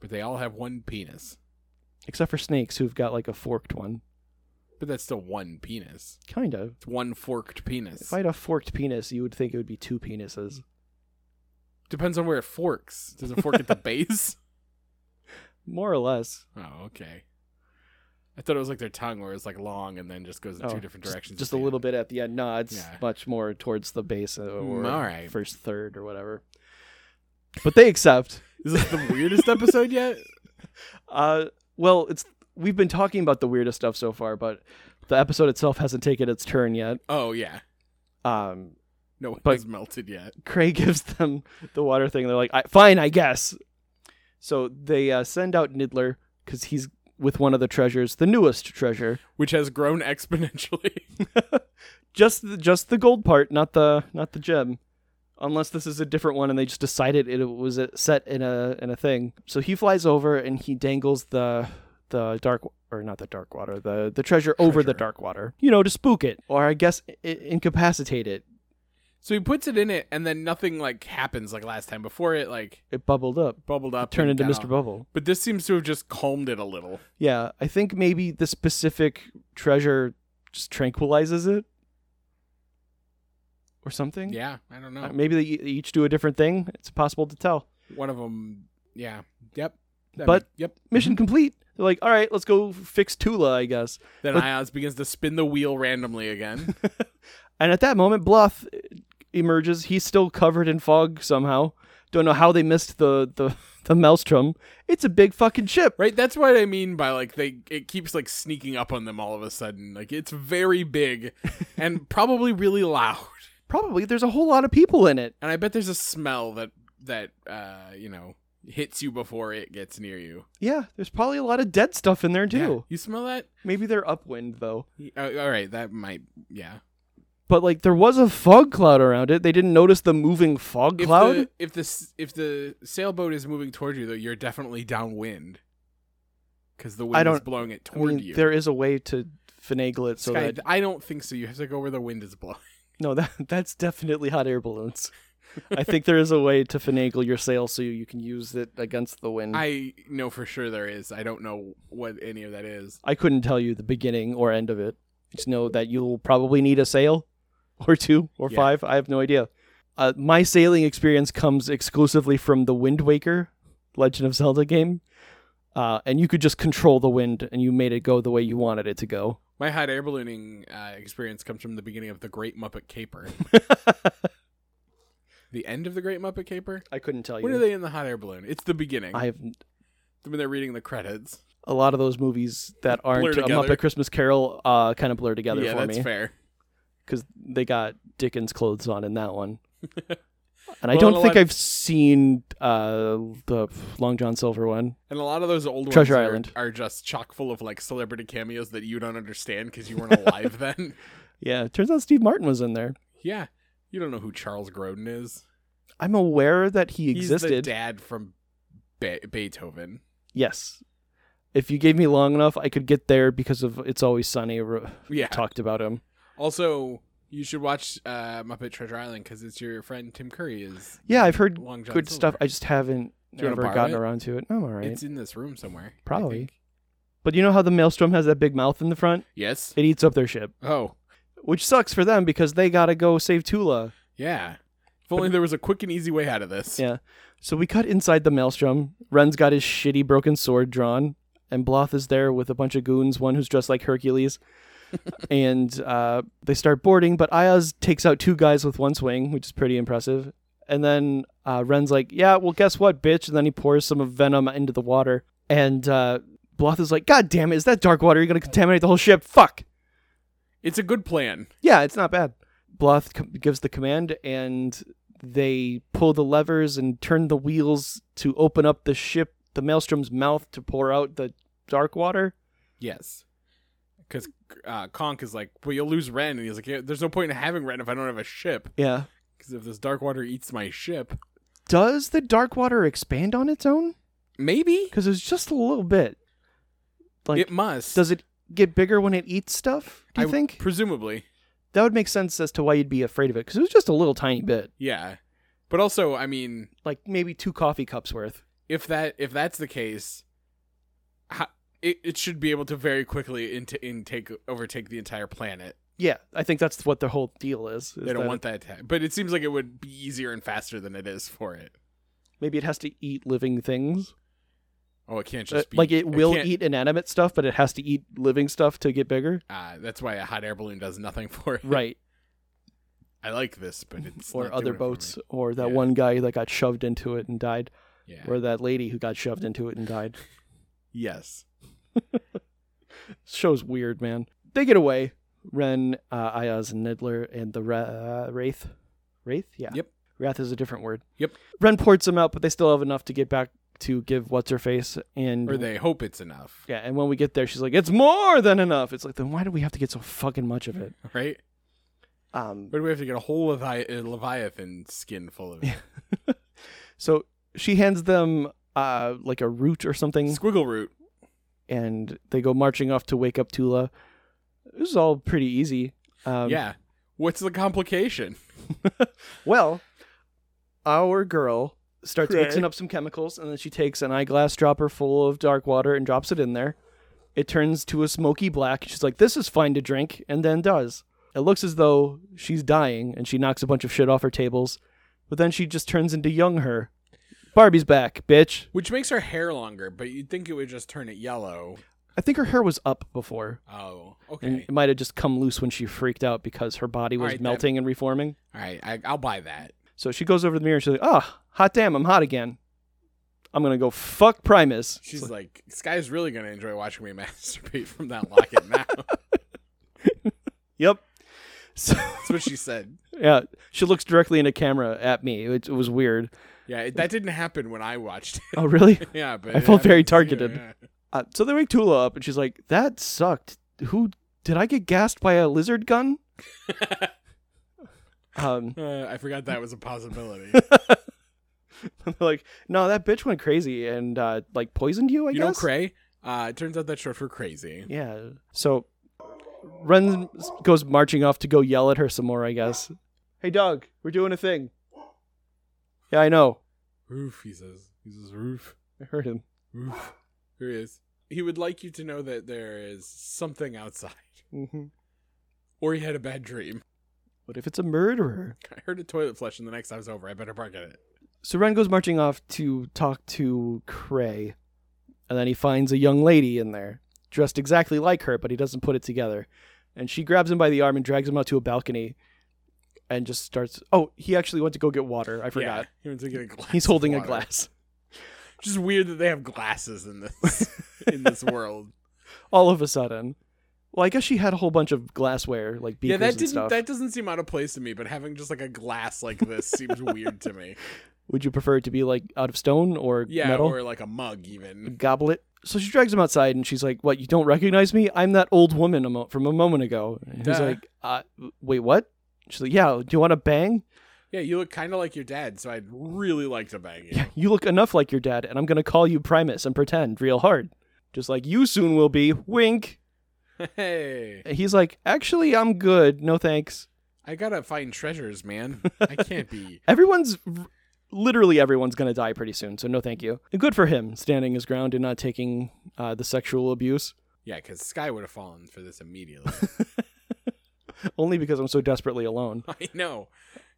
[SPEAKER 3] but they all have one penis.
[SPEAKER 2] except for snakes who've got like a forked one.
[SPEAKER 3] But that's still one penis.
[SPEAKER 2] Kind of.
[SPEAKER 3] It's one forked penis.
[SPEAKER 2] If I had a forked penis, you would think it would be two penises.
[SPEAKER 3] Depends on where it forks. Does it fork at the (laughs) base?
[SPEAKER 2] More or less.
[SPEAKER 3] Oh, okay. I thought it was like their tongue, where it's like long and then just goes in two
[SPEAKER 2] Oh,
[SPEAKER 3] different
[SPEAKER 2] just-
[SPEAKER 3] directions. at
[SPEAKER 2] Just,
[SPEAKER 3] the
[SPEAKER 2] a little
[SPEAKER 3] end.
[SPEAKER 2] bit at the end. No, it's
[SPEAKER 3] Yeah.
[SPEAKER 2] much more towards the base uh, or
[SPEAKER 3] Mm, all right.
[SPEAKER 2] first third or whatever. But
[SPEAKER 3] (laughs)
[SPEAKER 2] they accept. (laughs)
[SPEAKER 3] Is this the weirdest episode yet?
[SPEAKER 2] Uh, well, it's we've been talking about the weirdest stuff so far, but the episode itself hasn't taken its turn yet.
[SPEAKER 3] Oh yeah.
[SPEAKER 2] Um,
[SPEAKER 3] No one
[SPEAKER 2] But-
[SPEAKER 3] has melted yet.
[SPEAKER 2] Cray (laughs) gives them the water thing. They're like, I, fine, I guess. So they uh, send out Nidler because he's with one of the treasures, the newest treasure,
[SPEAKER 3] Which has grown (laughs) exponentially.
[SPEAKER 2] just the, just the gold part, not the not the gem. Unless this is a different one, and they just decided it was a, set in a in a thing. So he flies over and he dangles the the dark or not the dark water, the the treasure, over the
[SPEAKER 3] Treasure.
[SPEAKER 2] dark water. You know, to spook it, or I guess I- incapacitate it.
[SPEAKER 3] So he puts it in it, and then nothing like happens like last time. Before it like
[SPEAKER 2] It bubbled up,
[SPEAKER 3] bubbled up,
[SPEAKER 2] turned
[SPEAKER 3] and
[SPEAKER 2] into
[SPEAKER 3] got
[SPEAKER 2] Mr.
[SPEAKER 3] all-
[SPEAKER 2] Bubble.
[SPEAKER 3] But this seems to have just calmed it a little.
[SPEAKER 2] Yeah, I think maybe the specific treasure just tranquilizes it or something.
[SPEAKER 3] Yeah, I don't know.
[SPEAKER 2] Uh, Maybe they e- each do a different thing. It's possible to tell.
[SPEAKER 3] One of them. Yeah. Yep. That
[SPEAKER 2] But-
[SPEAKER 3] ma- yep.
[SPEAKER 2] Mission complete. They're like, all right, let's go fix Tula, I guess.
[SPEAKER 3] Then Ios begins to spin the wheel randomly again. (laughs)
[SPEAKER 2] And at that moment, Bluff emerges. He's still covered in fog somehow. Don't know how they missed the the, (laughs) the maelstrom. It's a big fucking ship.
[SPEAKER 3] right. That's what I mean by like they. It keeps like sneaking up on them all of a sudden. Like it's very
[SPEAKER 2] (laughs)
[SPEAKER 3] big, and probably really loud.
[SPEAKER 2] Probably there's a whole lot of people in it.
[SPEAKER 3] And I bet there's a smell that that uh you know hits you before it gets near you.
[SPEAKER 2] Yeah, there's probably a lot of dead stuff in there too.
[SPEAKER 3] Yeah. You smell that?
[SPEAKER 2] Maybe they're upwind though.
[SPEAKER 3] Oh, all right. That might. Yeah.
[SPEAKER 2] But like there was a fog cloud around it. They didn't notice the moving fog
[SPEAKER 3] If
[SPEAKER 2] cloud.
[SPEAKER 3] the, if the s- if the sailboat is moving toward you, though, you're definitely downwind because the wind is
[SPEAKER 2] don't-
[SPEAKER 3] blowing it
[SPEAKER 2] I
[SPEAKER 3] toward
[SPEAKER 2] mean,
[SPEAKER 3] you.
[SPEAKER 2] there is a way to finagle it so
[SPEAKER 3] Sky,
[SPEAKER 2] that
[SPEAKER 3] I don't think so. You have to go where the wind is blowing.
[SPEAKER 2] no, that (laughs) that's definitely hot air balloons. I think there is a way to finagle your sail so you can use it against the wind.
[SPEAKER 3] I know for sure there is. I don't know what any of that is.
[SPEAKER 2] I couldn't tell you the beginning or end of it. Just know that you'll probably need a sail (laughs) or two or
[SPEAKER 3] Yeah.
[SPEAKER 2] five. I have no idea. Uh, my sailing experience comes exclusively from the Wind Waker Legend of Zelda game. Uh, and you could just control the wind and you made it go the way you wanted it to go.
[SPEAKER 3] My hot air ballooning uh, experience comes from the beginning of the Great Muppet
[SPEAKER 2] (laughs)
[SPEAKER 3] Caper. the end of the Great Muppet Caper.
[SPEAKER 2] I couldn't tell you.
[SPEAKER 3] When are they in the hot air balloon? It's the beginning.
[SPEAKER 2] I have
[SPEAKER 3] when they're reading the credits.
[SPEAKER 2] a lot of those movies that aren't a
[SPEAKER 3] together.
[SPEAKER 2] Muppet Christmas Carol uh, kind of blur together
[SPEAKER 3] yeah,
[SPEAKER 2] for
[SPEAKER 3] that's
[SPEAKER 2] me
[SPEAKER 3] fair.
[SPEAKER 2] because they got Dickens clothes on in that
[SPEAKER 3] (laughs)
[SPEAKER 2] one. and I
[SPEAKER 3] Well,
[SPEAKER 2] don't
[SPEAKER 3] and a
[SPEAKER 2] think
[SPEAKER 3] lot-
[SPEAKER 2] I've seen uh, the Long John Silver one.
[SPEAKER 3] And a lot of those old
[SPEAKER 2] Treasure
[SPEAKER 3] ones are-
[SPEAKER 2] Island.
[SPEAKER 3] Are, just chock full of like celebrity cameos that you don't understand because you weren't
[SPEAKER 2] (laughs)
[SPEAKER 3] alive then.
[SPEAKER 2] Yeah, it turns out Steve Martin was in there.
[SPEAKER 3] Yeah, you don't know who Charles Grodin is.
[SPEAKER 2] I'm aware that he
[SPEAKER 3] He's the
[SPEAKER 2] existed.
[SPEAKER 3] dad from Be- Beethoven.
[SPEAKER 2] yes. If you gave me long enough, I could get there because of It's Always Sunny r-
[SPEAKER 3] Yeah.
[SPEAKER 2] talked about him.
[SPEAKER 3] Also, you should watch uh, Muppet Treasure Island because it's your friend Tim Curry is.
[SPEAKER 2] Yeah, I've heard
[SPEAKER 3] Long John
[SPEAKER 2] good
[SPEAKER 3] Silver.
[SPEAKER 2] stuff. I just haven't
[SPEAKER 3] Do you wanna
[SPEAKER 2] ever
[SPEAKER 3] borrow
[SPEAKER 2] gotten
[SPEAKER 3] it?
[SPEAKER 2] around to it. I'm all right.
[SPEAKER 3] It's in this room somewhere. I
[SPEAKER 2] Probably.
[SPEAKER 3] think.
[SPEAKER 2] But you know how the Maelstrom has that big mouth in the front?
[SPEAKER 3] Yes.
[SPEAKER 2] It eats up their ship,
[SPEAKER 3] Oh,
[SPEAKER 2] which sucks for them because they got to go save Tula.
[SPEAKER 3] yeah. If only there was a quick and easy way out of this.
[SPEAKER 2] Yeah. So we cut inside the maelstrom. Ren's got his shitty broken sword drawn, and Bloth is there with a bunch of goons, one who's dressed like Hercules. and uh, they start boarding, but Ayaz takes out two guys with one swing, which is pretty impressive. And then uh, Ren's like, Yeah, well, guess what, bitch? And then he pours some of Venom into the water. And uh, Bloth is like, God damn it, is that dark water? You're going to contaminate the whole ship. Fuck.
[SPEAKER 3] It's a good plan.
[SPEAKER 2] Yeah, it's not bad. Bloth com- gives the command, and they pull the levers and turn the wheels to open up the ship, the maelstrom's mouth to pour out the dark water.
[SPEAKER 3] Yes. Because uh, Conk is like, well, you'll lose Ren. And he's like, yeah, there's no point in having Ren if I don't have a ship.
[SPEAKER 2] Yeah.
[SPEAKER 3] Because if this dark water eats my ship,
[SPEAKER 2] Does the dark water expand on its own?
[SPEAKER 3] maybe
[SPEAKER 2] Because it's just a little bit. Like,
[SPEAKER 3] it must.
[SPEAKER 2] does it get bigger when it eats stuff? Do you
[SPEAKER 3] I-
[SPEAKER 2] think
[SPEAKER 3] Presumably,
[SPEAKER 2] that would make sense as to why you'd be afraid of it? Because it was just a little tiny bit,
[SPEAKER 3] yeah. But also, I mean,
[SPEAKER 2] like maybe two coffee cups worth.
[SPEAKER 3] if that if that's the case, how, it it should be able to very quickly into intake overtake the entire planet.
[SPEAKER 2] Yeah, I think that's what the whole deal is. is
[SPEAKER 3] they don't
[SPEAKER 2] that
[SPEAKER 3] want that, to hap- but it seems like it would be easier and faster than it is for it.
[SPEAKER 2] Maybe it has to eat living things.
[SPEAKER 3] Oh, it can't
[SPEAKER 2] Uh,
[SPEAKER 3] just be
[SPEAKER 2] like it will
[SPEAKER 3] can't-
[SPEAKER 2] eat inanimate stuff, but it has to eat living stuff to get bigger.
[SPEAKER 3] Uh, that's why a hot air balloon does nothing (laughs) for it.
[SPEAKER 2] Right.
[SPEAKER 3] I like this, but it's
[SPEAKER 2] or
[SPEAKER 3] not
[SPEAKER 2] other
[SPEAKER 3] doing it for me.
[SPEAKER 2] boats, or that
[SPEAKER 3] Yeah.
[SPEAKER 2] one guy that got shoved into it and died,
[SPEAKER 3] Yeah.
[SPEAKER 2] or that lady who got shoved into it and died.
[SPEAKER 3] yes.
[SPEAKER 2] Show's weird, man. They get away. Ren, uh, Ayaz, and Nidler, and the Ra- uh, Wraith. Wraith? Yeah.
[SPEAKER 3] Yep.
[SPEAKER 2] Wrath is a different word.
[SPEAKER 3] Yep.
[SPEAKER 2] Ren ports them out, but they still have enough to get back to give What's Her Face. And
[SPEAKER 3] Or they hope it's enough, (laughs)
[SPEAKER 2] yeah, and when we get there, she's like, it's more than enough. It's like, then why do we have to get so fucking much of it?
[SPEAKER 3] right?
[SPEAKER 2] Um,
[SPEAKER 3] But we have to get a whole Levi- uh, Leviathan skin full of it.
[SPEAKER 2] So she hands them uh, like a root or something,
[SPEAKER 3] Squiggle root.
[SPEAKER 2] and they go marching off to wake up Tula. This is all pretty easy. Um,
[SPEAKER 3] yeah. What's the complication?
[SPEAKER 2] Well, our girl starts
[SPEAKER 3] Right.
[SPEAKER 2] mixing up some chemicals, and then she takes an eyeglass dropper full of dark water and drops it in there. It turns to a smoky black. She's like, "This is fine to drink," and then does. It looks as though she's dying, and she knocks a bunch of shit off her tables, but then she just turns into young her. Barbie's back, bitch.
[SPEAKER 3] Which makes her hair longer, but you'd think it would just turn it yellow.
[SPEAKER 2] I think her hair was up before,
[SPEAKER 3] Oh,
[SPEAKER 2] and
[SPEAKER 3] okay.
[SPEAKER 2] it might have just come loose when she freaked out because her body was
[SPEAKER 3] Alright, then.
[SPEAKER 2] melting and reforming.
[SPEAKER 3] All right, I, I'll buy that.
[SPEAKER 2] So she goes over to the mirror and she's like, "Ah, hot damn, I'm hot again. I'm gonna go fuck Primus."
[SPEAKER 3] She's like, Sky's really gonna enjoy watching me (laughs) masturbate from that locket now. (laughs)
[SPEAKER 2] Yep. So
[SPEAKER 3] That's what she said.
[SPEAKER 2] yeah, she looks directly into camera at me. It, it was weird. (laughs)
[SPEAKER 3] Yeah, it, that didn't happen when I watched it. (laughs)
[SPEAKER 2] Oh really?
[SPEAKER 3] Yeah, but
[SPEAKER 2] I
[SPEAKER 3] it
[SPEAKER 2] felt
[SPEAKER 3] happens
[SPEAKER 2] very
[SPEAKER 3] to you,
[SPEAKER 2] targeted.
[SPEAKER 3] yeah.
[SPEAKER 2] (laughs) Uh, so they wake Tula up and she's like, "That sucked. Who did I get gassed by a lizard gun?" um,
[SPEAKER 3] (laughs)
[SPEAKER 2] (laughs)
[SPEAKER 3] Uh, I forgot that was a possibility.
[SPEAKER 2] like, no, that bitch went crazy and uh, like poisoned you. I
[SPEAKER 3] you
[SPEAKER 2] guess.
[SPEAKER 3] know, Cray. Uh, it turns out that's short for crazy.
[SPEAKER 2] Yeah. So Ren goes marching off to go yell at her some more, I guess. Hey, dog, we're doing a thing. Yeah, I know.
[SPEAKER 3] Roof, he says. He says roof,
[SPEAKER 2] I heard him.
[SPEAKER 3] roof. Here he is. He would like you to know that there is something outside,
[SPEAKER 2] hmm
[SPEAKER 3] or he had a bad dream. (laughs)
[SPEAKER 2] What if it's a murderer?
[SPEAKER 3] I heard a toilet flush, and the next I was over, I better bark at it.
[SPEAKER 2] So Ren goes marching off to talk to Cray, and then he finds a young lady in there, dressed exactly like her, but he doesn't put it together. And she grabs him by the arm and drags him out to a balcony and just starts. Oh, he actually went to go get water. I forgot.
[SPEAKER 3] Yeah, he went to get a glass.
[SPEAKER 2] He's
[SPEAKER 3] of
[SPEAKER 2] holding a
[SPEAKER 3] water.
[SPEAKER 2] glass.
[SPEAKER 3] Just weird that they have glasses in
[SPEAKER 2] (laughs)
[SPEAKER 3] this in this world.
[SPEAKER 2] all of a sudden. Well, I guess she had a whole bunch of glassware, like beakers
[SPEAKER 3] yeah, that
[SPEAKER 2] and
[SPEAKER 3] didn't
[SPEAKER 2] stuff.
[SPEAKER 3] that doesn't seem out of place to me, but having just like a glass like this seems weird to
[SPEAKER 2] (laughs)
[SPEAKER 3] me.
[SPEAKER 2] Would you prefer it to be like out of stone or
[SPEAKER 3] Yeah,
[SPEAKER 2] metal
[SPEAKER 3] or like a mug even.
[SPEAKER 2] goblet? So she drags him outside, and she's like, "What? You don't recognize me? I'm that old woman a mo- from a moment ago." And he's
[SPEAKER 3] Duh.
[SPEAKER 2] like, uh, "Wait, what?" She's like, "Yeah, do you want to bang?
[SPEAKER 3] Yeah, you look kind of like your dad, so I'd really like to bang you.
[SPEAKER 2] Yeah, you look enough like your dad, and I'm gonna call you Primus and pretend real hard, just like you soon will be." Wink.
[SPEAKER 3] (laughs) Hey,
[SPEAKER 2] And he's like, "Actually, I'm good. No thanks."
[SPEAKER 3] I gotta find treasures, man. I can't be.
[SPEAKER 2] Everyone's literally everyone's going to die pretty soon, so no thank you. And good for him standing his ground and not taking uh, the sexual abuse.
[SPEAKER 3] Yeah, because Sky would have fallen for this immediately.
[SPEAKER 2] Only because I'm so desperately alone.
[SPEAKER 3] I know.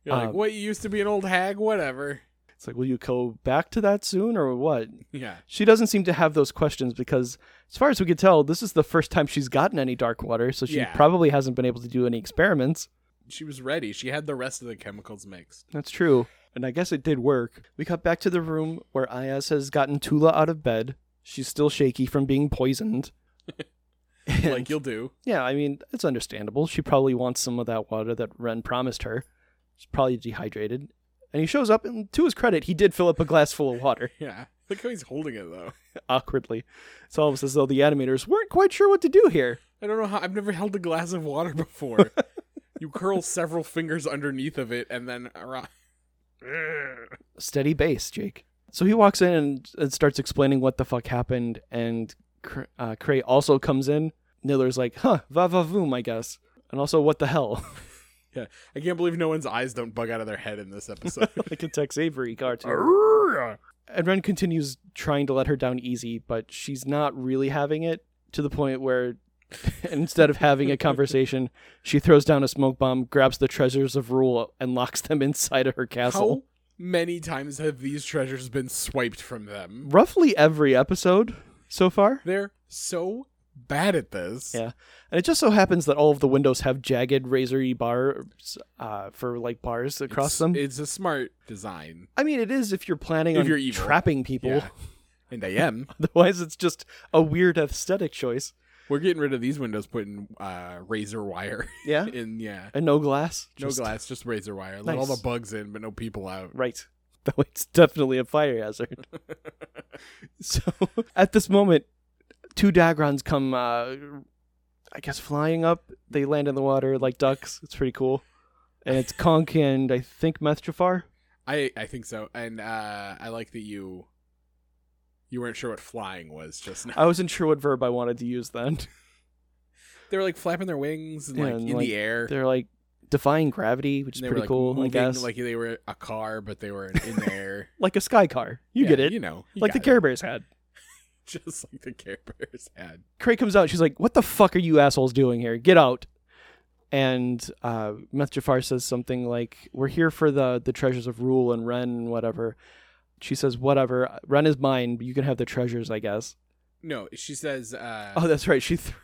[SPEAKER 3] You're like,
[SPEAKER 2] Um,
[SPEAKER 3] what? You used to be an old hag, whatever.
[SPEAKER 2] It's like, will you go back to that soon or what?
[SPEAKER 3] Yeah,
[SPEAKER 2] She doesn't seem to have those questions because, as far as we could tell, this is the first time she's gotten any dark water, so she
[SPEAKER 3] Yeah.
[SPEAKER 2] probably hasn't been able to do any experiments.
[SPEAKER 3] she was ready. She had the rest of the chemicals mixed.
[SPEAKER 2] (laughs) That's true. And I guess it did work. We cut back to the room where Ayaz has gotten Tula out of bed. She's still shaky from being poisoned.
[SPEAKER 3] Like you'll do.
[SPEAKER 2] Yeah, I mean, it's understandable. She probably wants some of that water that Ren promised her. She's probably dehydrated. And he shows up, and to his credit, he did fill up a glass full of water (laughs)
[SPEAKER 3] Yeah. Look how he's holding it though.
[SPEAKER 2] awkwardly. It's almost as though the animators weren't quite sure what to do here.
[SPEAKER 3] I don't know how. I've never held a glass of water before. you curl several fingers underneath of it and then around.
[SPEAKER 2] Steady base, Jake. So he walks in and, and starts explaining what the fuck happened, and Cr- uh, Cray also comes in. Niller's like, huh, va va voom, I guess. And also, what the hell? (laughs)
[SPEAKER 3] Yeah, I can't believe no one's eyes don't bug out of their head in this episode.
[SPEAKER 2] (laughs) like a Tex Avery cartoon.
[SPEAKER 3] Arrgh.
[SPEAKER 2] And Ren continues trying to let her down easy, but she's not really having it to the point where (laughs) instead of having
[SPEAKER 3] (laughs)
[SPEAKER 2] a conversation, she throws down a smoke bomb, grabs the treasures of rule, and locks them inside of her
[SPEAKER 3] How
[SPEAKER 2] castle.
[SPEAKER 3] many times have these treasures been swiped from them?
[SPEAKER 2] Roughly every episode so far.
[SPEAKER 3] They're so bad at this.
[SPEAKER 2] Yeah. And it just so happens that all of the windows have jagged razory bars uh, for like bars across
[SPEAKER 3] It's-
[SPEAKER 2] them.
[SPEAKER 3] It's a smart design.
[SPEAKER 2] I mean, it is if you're planning
[SPEAKER 3] If
[SPEAKER 2] on
[SPEAKER 3] you're evil.
[SPEAKER 2] trapping people.
[SPEAKER 3] Yeah. And I am.
[SPEAKER 2] (laughs) Otherwise, it's just a weird
[SPEAKER 3] (laughs)
[SPEAKER 2] aesthetic choice.
[SPEAKER 3] We're getting rid of these windows, putting uh, razor wire (laughs)
[SPEAKER 2] Yeah.
[SPEAKER 3] in. Yeah.
[SPEAKER 2] And no glass.
[SPEAKER 3] No
[SPEAKER 2] Just-
[SPEAKER 3] glass, just razor wire. Let all
[SPEAKER 2] Nice.
[SPEAKER 3] the bugs in, but no people out.
[SPEAKER 2] Right. (laughs) Though it's definitely a
[SPEAKER 3] (laughs)
[SPEAKER 2] fire hazard. so at this moment, two Dagrons come, uh, I guess, flying up. They land in the water like ducks. It's pretty cool. And it's Konk and I think Methtrafar.
[SPEAKER 3] I I think so. And uh, I like that you you weren't sure what flying was just now.
[SPEAKER 2] I wasn't sure what verb I wanted to use then.
[SPEAKER 3] (laughs) They were like flapping their wings and
[SPEAKER 2] Yeah,
[SPEAKER 3] like
[SPEAKER 2] and,
[SPEAKER 3] in
[SPEAKER 2] like,
[SPEAKER 3] the air.
[SPEAKER 2] They're like defying gravity, which is
[SPEAKER 3] And they were,
[SPEAKER 2] pretty
[SPEAKER 3] like,
[SPEAKER 2] cool,
[SPEAKER 3] moving,
[SPEAKER 2] I guess. Like,
[SPEAKER 3] Like they were a car, but they were in the air.
[SPEAKER 2] a sky car. (laughs) You
[SPEAKER 3] Yeah,
[SPEAKER 2] get it.
[SPEAKER 3] You know, you
[SPEAKER 2] like the
[SPEAKER 3] got it. (laughs)
[SPEAKER 2] Care Bears had.
[SPEAKER 3] just like the Care Bears had.
[SPEAKER 2] Craig comes out. She's like, "What the fuck are you assholes doing here? Get out!" And uh, Meth Jafar says something like, "We're here for the the treasures of Rule and Ren and whatever." She says, "Whatever. Ren is mine. But you can have the treasures, I guess."
[SPEAKER 3] No, she says. Uh,
[SPEAKER 2] Oh, that's right. She th-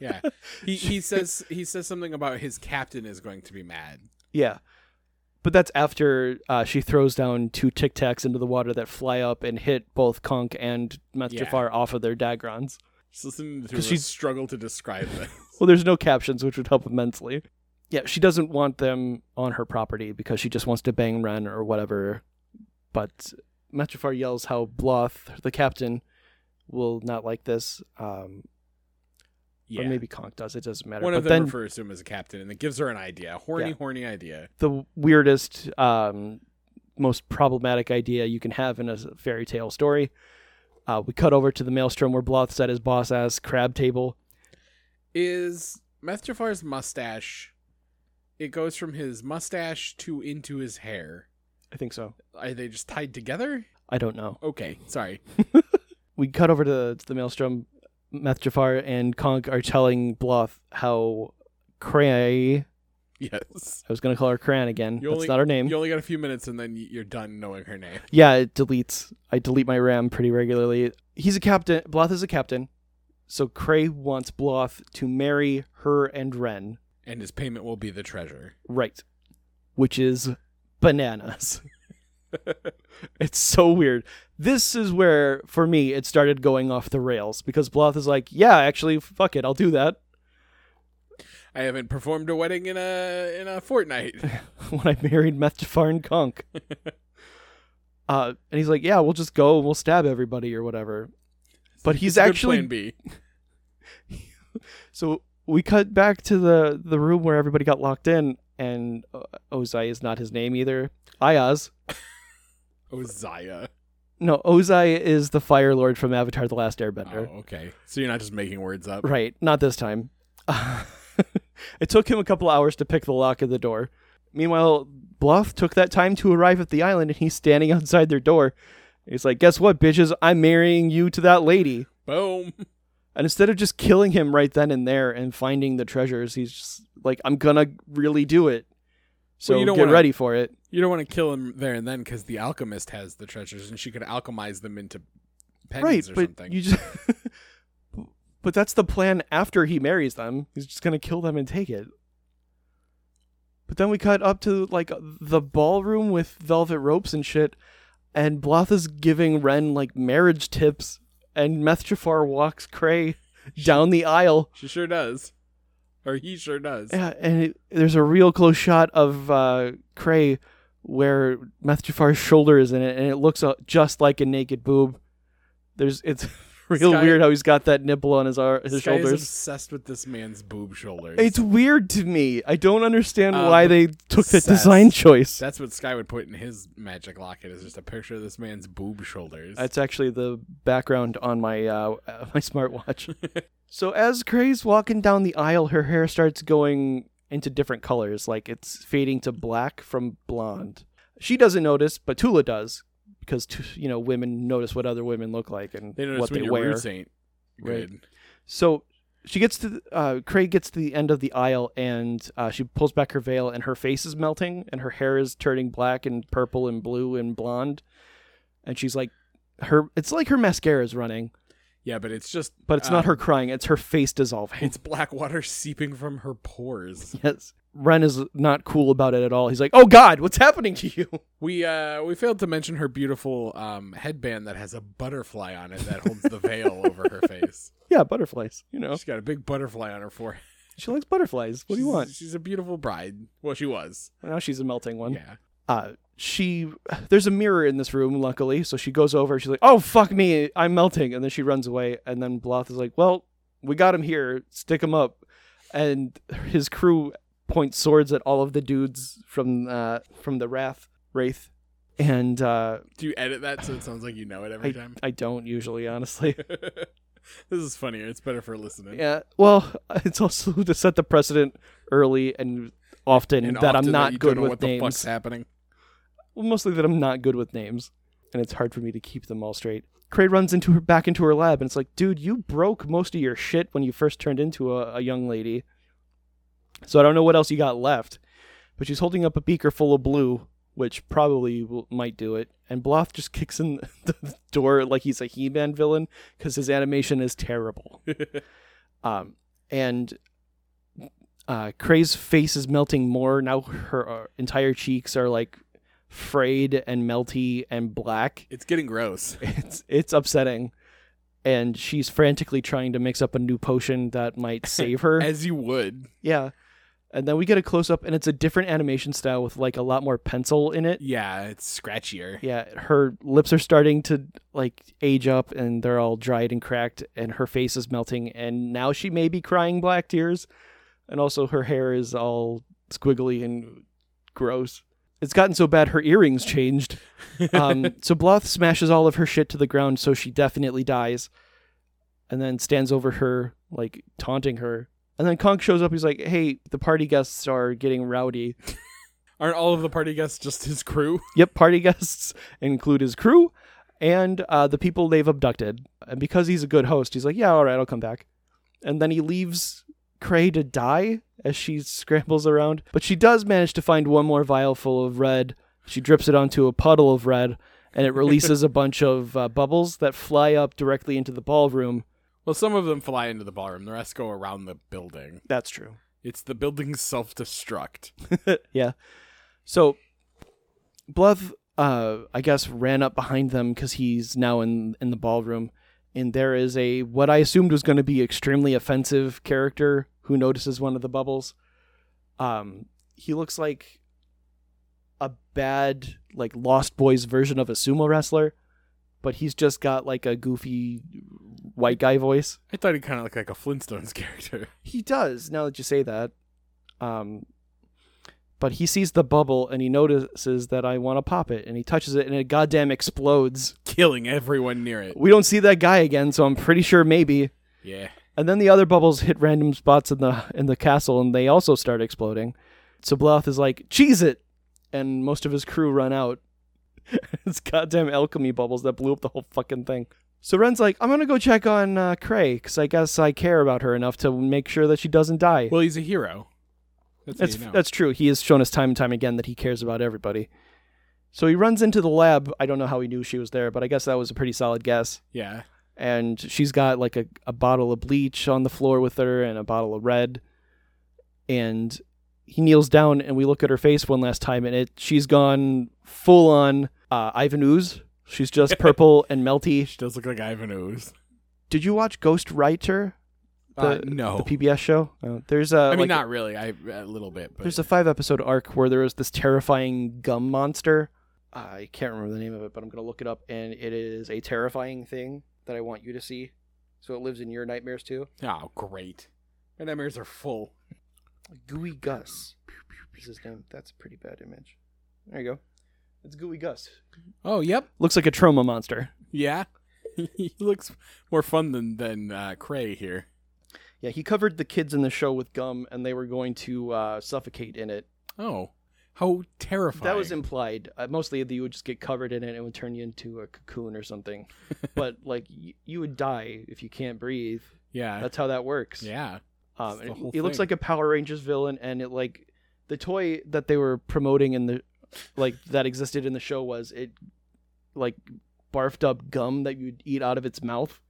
[SPEAKER 3] yeah, he he says he says something about his captain is going to be mad.
[SPEAKER 2] yeah. But that's after uh, she throws down two Tic Tacs into the water that fly up and hit both Konk and Meth
[SPEAKER 3] Yeah.
[SPEAKER 2] Jafar off of their dagrons.
[SPEAKER 3] Just listen to her
[SPEAKER 2] 'Cause she-
[SPEAKER 3] struggle to describe this.
[SPEAKER 2] (laughs) Well, there's no captions, which would help immensely. Yeah, she doesn't want them on her property because she just wants to bang Ren or whatever. But Metrofar yells how Bloth, the captain, will not like this. Um,
[SPEAKER 3] yeah,
[SPEAKER 2] Or maybe Conk does. It doesn't matter.
[SPEAKER 3] one
[SPEAKER 2] but
[SPEAKER 3] of them
[SPEAKER 2] then
[SPEAKER 3] refers to him as a captain, and it gives her an idea, a horny,
[SPEAKER 2] Yeah.
[SPEAKER 3] horny idea.
[SPEAKER 2] the weirdest, um, most problematic idea you can have in a s- fairy tale story. Uh, we cut over to the maelstrom where Bloth's at his boss ass crab table.
[SPEAKER 3] Is Meth Jafar's mustache? It goes from his mustache to into his hair.
[SPEAKER 2] I think so.
[SPEAKER 3] Are they just tied together?
[SPEAKER 2] I don't know.
[SPEAKER 3] Okay, sorry. (laughs)
[SPEAKER 2] we cut over to the, to the maelstrom. Meth Jafar and Conk are telling Bloth how Cray.
[SPEAKER 3] Yes,
[SPEAKER 2] I was gonna call her Cran again.
[SPEAKER 3] You
[SPEAKER 2] That's
[SPEAKER 3] only-
[SPEAKER 2] not her name.
[SPEAKER 3] you only got a few minutes, and then you're done knowing her name.
[SPEAKER 2] Yeah, it deletes. I delete my RAM pretty regularly. He's a captain. Bloth is a captain, so Cray wants Bloth to marry her and Ren.
[SPEAKER 3] and his payment will be the treasure.
[SPEAKER 2] Right, which is
[SPEAKER 3] (laughs)
[SPEAKER 2] bananas. it's so weird. This is where, for me, it started going off the rails because Bloth is like, "Yeah, actually, fuck it, I'll do that."
[SPEAKER 3] I haven't performed a wedding in a in a fortnight.
[SPEAKER 2] (laughs) when I married Meth Jafar and Konk.
[SPEAKER 3] (laughs)
[SPEAKER 2] uh, and he's like, yeah, we'll just go, we'll stab everybody or whatever. But he's
[SPEAKER 3] Good
[SPEAKER 2] actually
[SPEAKER 3] plan B.
[SPEAKER 2] so we cut back to the the room where everybody got locked in, and uh, Ozai is not his name either. Ayaz.
[SPEAKER 3] Ozaya.
[SPEAKER 2] No, Ozai is the Fire Lord from Avatar: The Last
[SPEAKER 3] Oh,
[SPEAKER 2] Airbender.
[SPEAKER 3] okay. So you're not just making words up.
[SPEAKER 2] Right, not this time. (laughs) it took him a couple hours to pick the lock of the door. Meanwhile, Bluff took that time to arrive at the island and he's standing (laughs) outside their door. He's like, Guess what, bitches? I'm marrying you to that lady.
[SPEAKER 3] Boom. (laughs)
[SPEAKER 2] And instead of just killing him right then and there and finding the treasures, he's just like, I'm gonna really do it. So
[SPEAKER 3] Well, you don't
[SPEAKER 2] get
[SPEAKER 3] wanna-
[SPEAKER 2] ready for it.
[SPEAKER 3] You don't want to kill him there and then because the alchemist has the treasures and she could alchemize them into
[SPEAKER 2] Right,
[SPEAKER 3] pennies or
[SPEAKER 2] but
[SPEAKER 3] something.
[SPEAKER 2] you just. (laughs) but that's the plan after he marries them. He's just gonna kill them and take it. But then we cut up to like the ballroom with velvet ropes and shit, and Bloth is giving Ren like marriage tips, and Meth Jafar walks Cray down the aisle.
[SPEAKER 3] she sure does, or he sure does.
[SPEAKER 2] Yeah, and it, there's a real close shot of uh, Cray where Meth Jafar's shoulder is in it, and it looks uh, just like a naked boob. There's it's (laughs) real
[SPEAKER 3] Sky-
[SPEAKER 2] weird how he's got that nipple on his ar- his
[SPEAKER 3] This guy is
[SPEAKER 2] shoulders.
[SPEAKER 3] obsessed with this man's boob shoulders.
[SPEAKER 2] It's weird to me. I don't understand
[SPEAKER 3] Um,
[SPEAKER 2] why they took that
[SPEAKER 3] obsessed.
[SPEAKER 2] design choice.
[SPEAKER 3] that's what Sky would put in his magic locket is just a picture of this man's boob shoulders.
[SPEAKER 2] That's actually the background on my uh, (laughs) uh,
[SPEAKER 3] (laughs)
[SPEAKER 2] my smartwatch. so as Cray's walking down the aisle, her hair starts going into different colors, like it's fading to black from blonde. She doesn't notice, but Tula does because Tu- you know women notice what other women look like and
[SPEAKER 3] they notice
[SPEAKER 2] what
[SPEAKER 3] when
[SPEAKER 2] they
[SPEAKER 3] your
[SPEAKER 2] wear.
[SPEAKER 3] roots ain't
[SPEAKER 2] Right.
[SPEAKER 3] good.
[SPEAKER 2] So she gets to the, uh, Cray gets to the end of the aisle and uh, she pulls back her veil and her face is melting and her hair is turning black and purple and blue and blonde, and she's like, her it's like her mascara is running,
[SPEAKER 3] Yeah, but it's just
[SPEAKER 2] but it's not her crying; it's her face dissolving.
[SPEAKER 3] It's black water seeping from her pores.
[SPEAKER 2] (laughs) Yes, Ren is not cool about it at all. He's like, "Oh God, what's happening to you?" (laughs)
[SPEAKER 3] We uh we failed to mention her beautiful um headband that has a butterfly on it that holds the
[SPEAKER 2] (laughs)
[SPEAKER 3] veil over her face.
[SPEAKER 2] yeah, butterflies. You
[SPEAKER 3] (laughs)
[SPEAKER 2] know,
[SPEAKER 3] She's got a big butterfly on her forehead.
[SPEAKER 2] she likes butterflies. Oh. What do you
[SPEAKER 3] She's-
[SPEAKER 2] want?
[SPEAKER 3] (laughs) She's a beautiful bride. Well, she was.
[SPEAKER 2] Now she's a melting one.
[SPEAKER 3] Yeah.
[SPEAKER 2] uh she there's a mirror in this room luckily so she goes over she's like oh fuck me i'm melting and then she runs away and then bloth is like well we got him here stick him up and his crew points swords at all of the dudes from uh from the wrath wraith and uh
[SPEAKER 3] Do you edit that so it sounds like you know it every
[SPEAKER 2] I,
[SPEAKER 3] time? (laughs)
[SPEAKER 2] I don't usually honestly (laughs)
[SPEAKER 3] this is funnier. It's better for listening.
[SPEAKER 2] yeah well it's also to set the precedent early and often
[SPEAKER 3] And
[SPEAKER 2] that
[SPEAKER 3] often
[SPEAKER 2] I'm not
[SPEAKER 3] you
[SPEAKER 2] good
[SPEAKER 3] don't know
[SPEAKER 2] with
[SPEAKER 3] what the fuck's
[SPEAKER 2] names. (laughs)
[SPEAKER 3] happening.
[SPEAKER 2] Well, mostly that I'm not good with names, and it's hard for me to keep them all straight. Cray runs into her back into her lab, and it's like, dude, you broke most of your shit when you first turned into a, a young lady. So I don't know what else you got left, but she's holding up a beaker full of blue, which probably will, might do it. And Bloth just kicks in (laughs) the door like he's a He-Man villain because his animation is terrible. um, and uh, Cray's face is melting more now. Her uh, entire cheeks are like frayed and melty and black. (laughs)
[SPEAKER 3] It's getting gross.
[SPEAKER 2] It's it's upsetting. And she's frantically trying to mix up a new potion that might save her.
[SPEAKER 3] As you would.
[SPEAKER 2] yeah. And then we get a close up and it's a different animation style with like a lot more pencil in it.
[SPEAKER 3] Yeah, it's scratchier.
[SPEAKER 2] Yeah, her lips are starting to like age up and they're all dried and cracked and her face is melting and now she may be crying black tears and also her hair is all squiggly and gross. It's gotten so bad her earrings changed. (laughs) Um, so Bloth smashes all of her shit to the ground so she definitely dies and then stands over her like taunting her. And then Conk shows up he's like, "Hey, the party guests are getting rowdy."
[SPEAKER 3] Aren't all of the party guests just his crew?
[SPEAKER 2] Yep, party (laughs) guests include his crew and uh, the people they've abducted. And because he's a good host, he's like, yeah, all right, I'll come back. And then he leaves Cray to die as she scrambles around. But she does manage to find one more vial full of red. She drips it onto a puddle of red, and (laughs) it releases a bunch of uh, bubbles that fly up directly into the ballroom.
[SPEAKER 3] Well, some of them fly into the ballroom. The rest go around the building.
[SPEAKER 2] That's true.
[SPEAKER 3] It's the building's self-destruct.
[SPEAKER 2] yeah. So Bluff uh I guess ran up behind them cuz he's now in in the ballroom and there is a what I assumed was going to be extremely offensive character who notices one of the bubbles. Um he looks like a bad like Lost Boys version of a sumo wrestler, but he's just got like a goofy white guy voice.
[SPEAKER 3] I thought he kind of looked like a Flintstones (laughs) character.
[SPEAKER 2] He does, now that you say that. Um but he sees the bubble and he notices that I want to pop it and he touches it and it goddamn explodes.
[SPEAKER 3] Killing everyone near it.
[SPEAKER 2] We don't see that guy again, so I'm pretty sure maybe.
[SPEAKER 3] Yeah.
[SPEAKER 2] And then the other bubbles hit random spots in the in the castle and they also start exploding. So Bloth is like, "Cheese it." And most of his crew run out. (laughs) it's goddamn alchemy bubbles that blew up the whole fucking thing. So Ren's like, "I'm going to go check on uh, Cray cuz I guess I care about her enough to make sure that she doesn't die."
[SPEAKER 3] Well, he's a hero. That's,
[SPEAKER 2] That's
[SPEAKER 3] how you know.
[SPEAKER 2] that's true. He has shown us time and time again that he cares about everybody. So he runs into the lab. I don't know how he knew she was there, but I guess that was a pretty solid guess.
[SPEAKER 3] yeah.
[SPEAKER 2] And she's got like a, a bottle of bleach on the floor with her and a bottle of red. And he kneels down and we look at her face one last time and it she's gone full on uh, Ivan Ooze.
[SPEAKER 3] (laughs)
[SPEAKER 2] She's just purple and melty.
[SPEAKER 3] She does look like Ivan Ooze.
[SPEAKER 2] Did you watch Ghost Writer,
[SPEAKER 3] Uh,
[SPEAKER 2] The-
[SPEAKER 3] no.
[SPEAKER 2] the PBS show? Uh, there's a
[SPEAKER 3] I mean,
[SPEAKER 2] like,
[SPEAKER 3] not really. I A little bit. But
[SPEAKER 2] There's a five episode arc where there was this terrifying gum monster. I can't remember the name of it, but I'm going to look it up. And it is a terrifying thing that I want you to see. So it lives in your nightmares too.
[SPEAKER 3] Oh, great. My nightmares are full.
[SPEAKER 2] Gooey Gus is his name. That's a pretty bad image. There you go. It's Gooey Gus.
[SPEAKER 3] Oh, yep.
[SPEAKER 2] Looks like a trauma monster.
[SPEAKER 3] Yeah. (laughs) he looks more fun than, than uh, Cray here.
[SPEAKER 2] Yeah, he covered the kids in the show with gum and they were going to uh, suffocate in it.
[SPEAKER 3] Oh. How terrifying.
[SPEAKER 2] That was implied. Uh, mostly that you would just get covered in it and it would turn you into a cocoon
[SPEAKER 3] (laughs)
[SPEAKER 2] or something. but like y- you would die if you can't breathe.
[SPEAKER 3] Yeah.
[SPEAKER 2] That's how that works.
[SPEAKER 3] yeah.
[SPEAKER 2] Um,
[SPEAKER 3] It's the
[SPEAKER 2] it,
[SPEAKER 3] whole
[SPEAKER 2] it looks
[SPEAKER 3] thing.
[SPEAKER 2] like a Power Rangers villain, and it like the toy that they were promoting in the like that existed in the show was it like barfed up gum that you'd eat out of its mouth.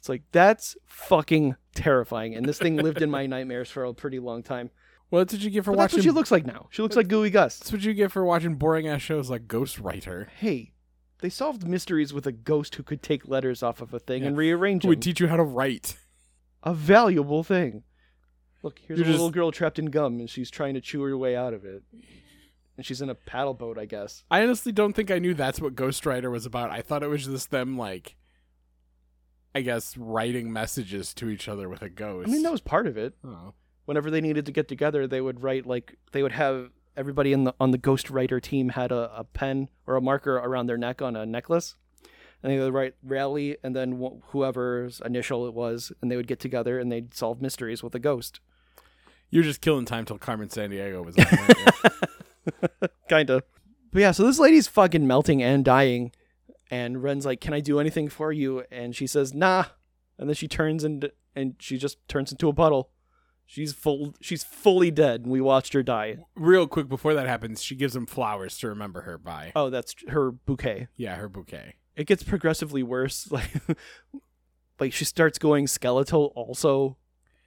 [SPEAKER 2] It's like that's fucking terrifying, and this thing lived in
[SPEAKER 3] (laughs)
[SPEAKER 2] my nightmares for a pretty long time.
[SPEAKER 3] Well, that's what you get for
[SPEAKER 2] But that's
[SPEAKER 3] watching.
[SPEAKER 2] what she looks like now. She looks like Gooey Gus.
[SPEAKER 3] That's what you get for watching boring ass shows like Ghostwriter.
[SPEAKER 2] Hey, they solved mysteries with a ghost who could take letters off of a thing
[SPEAKER 3] Yeah.
[SPEAKER 2] and rearrange
[SPEAKER 3] Who would
[SPEAKER 2] it.
[SPEAKER 3] teach you how to write.
[SPEAKER 2] a valuable thing. Look, here's
[SPEAKER 3] You're
[SPEAKER 2] a little
[SPEAKER 3] just-
[SPEAKER 2] girl trapped in gum, and she's trying to chew her way out of it. And she's in a paddle boat, I guess.
[SPEAKER 3] I honestly don't think I knew that's what Ghostwriter was about. I thought it was just them, like, I guess, writing messages to each other with a ghost.
[SPEAKER 2] I mean, that was part of it.
[SPEAKER 3] Oh.
[SPEAKER 2] Whenever they needed to get together, they would write like they would have everybody in the on the ghost writer team had a, a pen or a marker around their neck on a necklace, and they would write rally and then wh- whoever's initial it was, and they would get together and they'd solve mysteries with a ghost.
[SPEAKER 3] You're just killing time till Carmen San Diego was on. weren't
[SPEAKER 2] (laughs)
[SPEAKER 3] you?
[SPEAKER 2] kind of. But yeah, so this lady's fucking melting and dying, and Ren's like, "Can I do anything for you?" And she says, "Nah," and then she turns and and she just turns into a puddle. She's full. She's fully dead, and we watched her die.
[SPEAKER 3] Real quick before that happens, she gives him flowers to remember her by.
[SPEAKER 2] Oh, that's her bouquet.
[SPEAKER 3] Yeah, her bouquet.
[SPEAKER 2] It gets progressively worse. (laughs) Like, like she starts going skeletal also,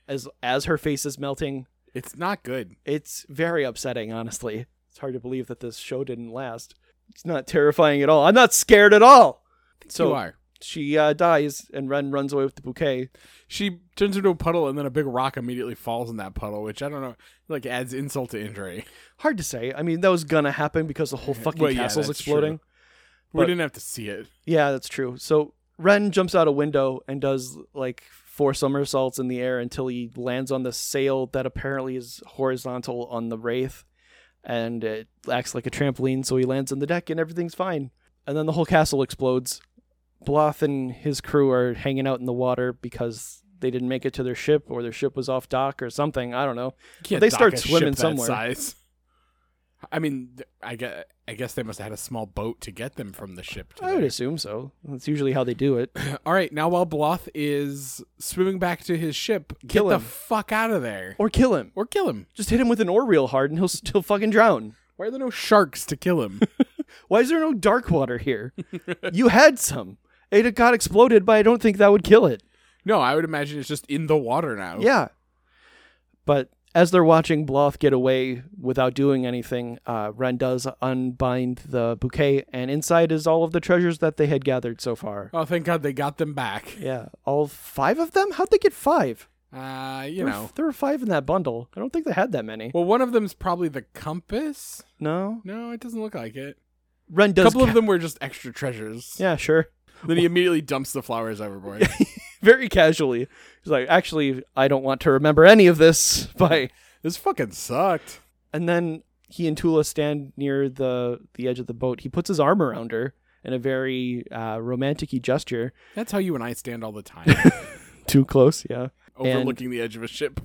[SPEAKER 2] as as her face is melting.
[SPEAKER 3] It's not good.
[SPEAKER 2] It's very upsetting, honestly. It's hard to believe that this show didn't last. It's not terrifying at all. I'm not scared at all. So
[SPEAKER 3] you are.
[SPEAKER 2] she uh, dies, and Ren runs away with the bouquet.
[SPEAKER 3] She turns into a puddle, and then a big rock immediately falls in that puddle, which I don't know, like adds insult to injury.
[SPEAKER 2] Hard to say. I mean, that was gonna happen
[SPEAKER 3] (laughs)
[SPEAKER 2] because the whole fucking
[SPEAKER 3] Well, yeah,
[SPEAKER 2] castle's
[SPEAKER 3] that's
[SPEAKER 2] exploding. But-
[SPEAKER 3] we didn't have to see it.
[SPEAKER 2] Yeah, that's true. So Ren jumps out a window and does like four somersaults in the air until he lands on the sail that apparently is horizontal on the wraith and it acts like a trampoline. So he lands on the deck and everything's fine. And then the whole castle explodes. Bluff and his crew are hanging out in the water because they didn't make it to their ship or their ship was off dock or something. I don't know.
[SPEAKER 3] Can't
[SPEAKER 2] They
[SPEAKER 3] dock
[SPEAKER 2] start
[SPEAKER 3] a ship
[SPEAKER 2] swimming
[SPEAKER 3] that
[SPEAKER 2] somewhere.
[SPEAKER 3] size. (laughs) I mean, th- I guess, I guess they must have had a small boat to get them from the ship. To
[SPEAKER 2] I would
[SPEAKER 3] there.
[SPEAKER 2] assume so. That's usually how they do it.
[SPEAKER 3] All right, now while Bloth is swimming back to his ship,
[SPEAKER 2] Kill
[SPEAKER 3] get the
[SPEAKER 2] him.
[SPEAKER 3] fuck out of there
[SPEAKER 2] Or kill him.
[SPEAKER 3] or kill him.
[SPEAKER 2] Just hit him with an oar real hard and he'll still fucking drown.
[SPEAKER 3] Why are there no sharks to kill
[SPEAKER 2] (laughs)
[SPEAKER 3] him?
[SPEAKER 2] Why is there no dark water here? you had some. It got exploded, but I don't think that would kill it.
[SPEAKER 3] no, I would imagine it's just in the water now.
[SPEAKER 2] Yeah. But as they're watching Bloth get away without doing anything, uh, Ren does unbind the bouquet, and inside is all of the treasures that they had gathered so far.
[SPEAKER 3] Oh, thank God they got them back.
[SPEAKER 2] Yeah, all five of them? How'd they get five?
[SPEAKER 3] Uh, you
[SPEAKER 2] There were-
[SPEAKER 3] know.
[SPEAKER 2] there were five in that bundle. I don't think they had that many.
[SPEAKER 3] Well, one of them's probably the compass.
[SPEAKER 2] No,
[SPEAKER 3] No, it doesn't look like it.
[SPEAKER 2] Ren
[SPEAKER 3] A
[SPEAKER 2] does.
[SPEAKER 3] couple
[SPEAKER 2] ca-
[SPEAKER 3] of them were just extra treasures.
[SPEAKER 2] Yeah, sure. (laughs)
[SPEAKER 3] Then he immediately dumps the flowers overboard.
[SPEAKER 2] Very casually, he's like, "Actually, I don't want to remember any of this." (laughs) Bye.
[SPEAKER 3] this fucking sucked.
[SPEAKER 2] And then he and Tula stand near the the edge of the boat. He puts his arm around her in a very uh, romantic gesture.
[SPEAKER 3] That's how you and I stand all the time,
[SPEAKER 2] Too close, yeah.
[SPEAKER 3] overlooking the edge of a ship.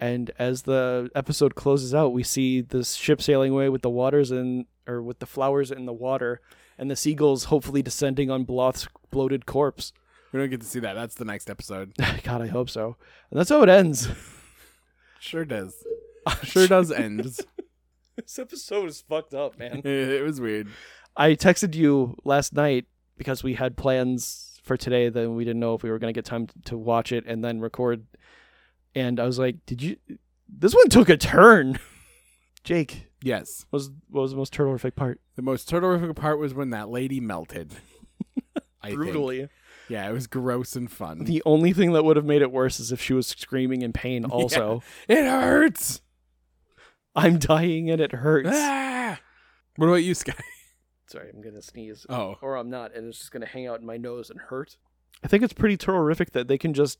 [SPEAKER 2] And as the episode closes out, we see this ship sailing away with the waters in, or with the flowers in the water, and the seagulls hopefully descending on Bloth's bloated corpse. (laughs)
[SPEAKER 3] We don't get to see that. That's the next episode.
[SPEAKER 2] God, I hope so. And that's how it ends.
[SPEAKER 3] Sure does. Sure does end.
[SPEAKER 2] (laughs) this episode is fucked up, man.
[SPEAKER 3] it was weird.
[SPEAKER 2] I texted you last night because we had plans for today that we didn't know if we were going to get time to watch it and then record. And I was like, "Did you? This one took a turn." (laughs) Jake,
[SPEAKER 3] Yes.
[SPEAKER 2] what was what was the most terrific part?
[SPEAKER 3] The most terrific part was when that lady melted. I think. Yeah, it was gross and fun.
[SPEAKER 2] The only thing that would have made it worse is if she was screaming in pain. Also,
[SPEAKER 3] it hurts.
[SPEAKER 2] I'm dying and it hurts.
[SPEAKER 3] Ah! What about you, Sky?
[SPEAKER 2] Sorry, I'm gonna sneeze,
[SPEAKER 3] Oh,
[SPEAKER 2] or I'm not, and it's just gonna hang out in my nose and hurt. I think it's pretty terrific that they can just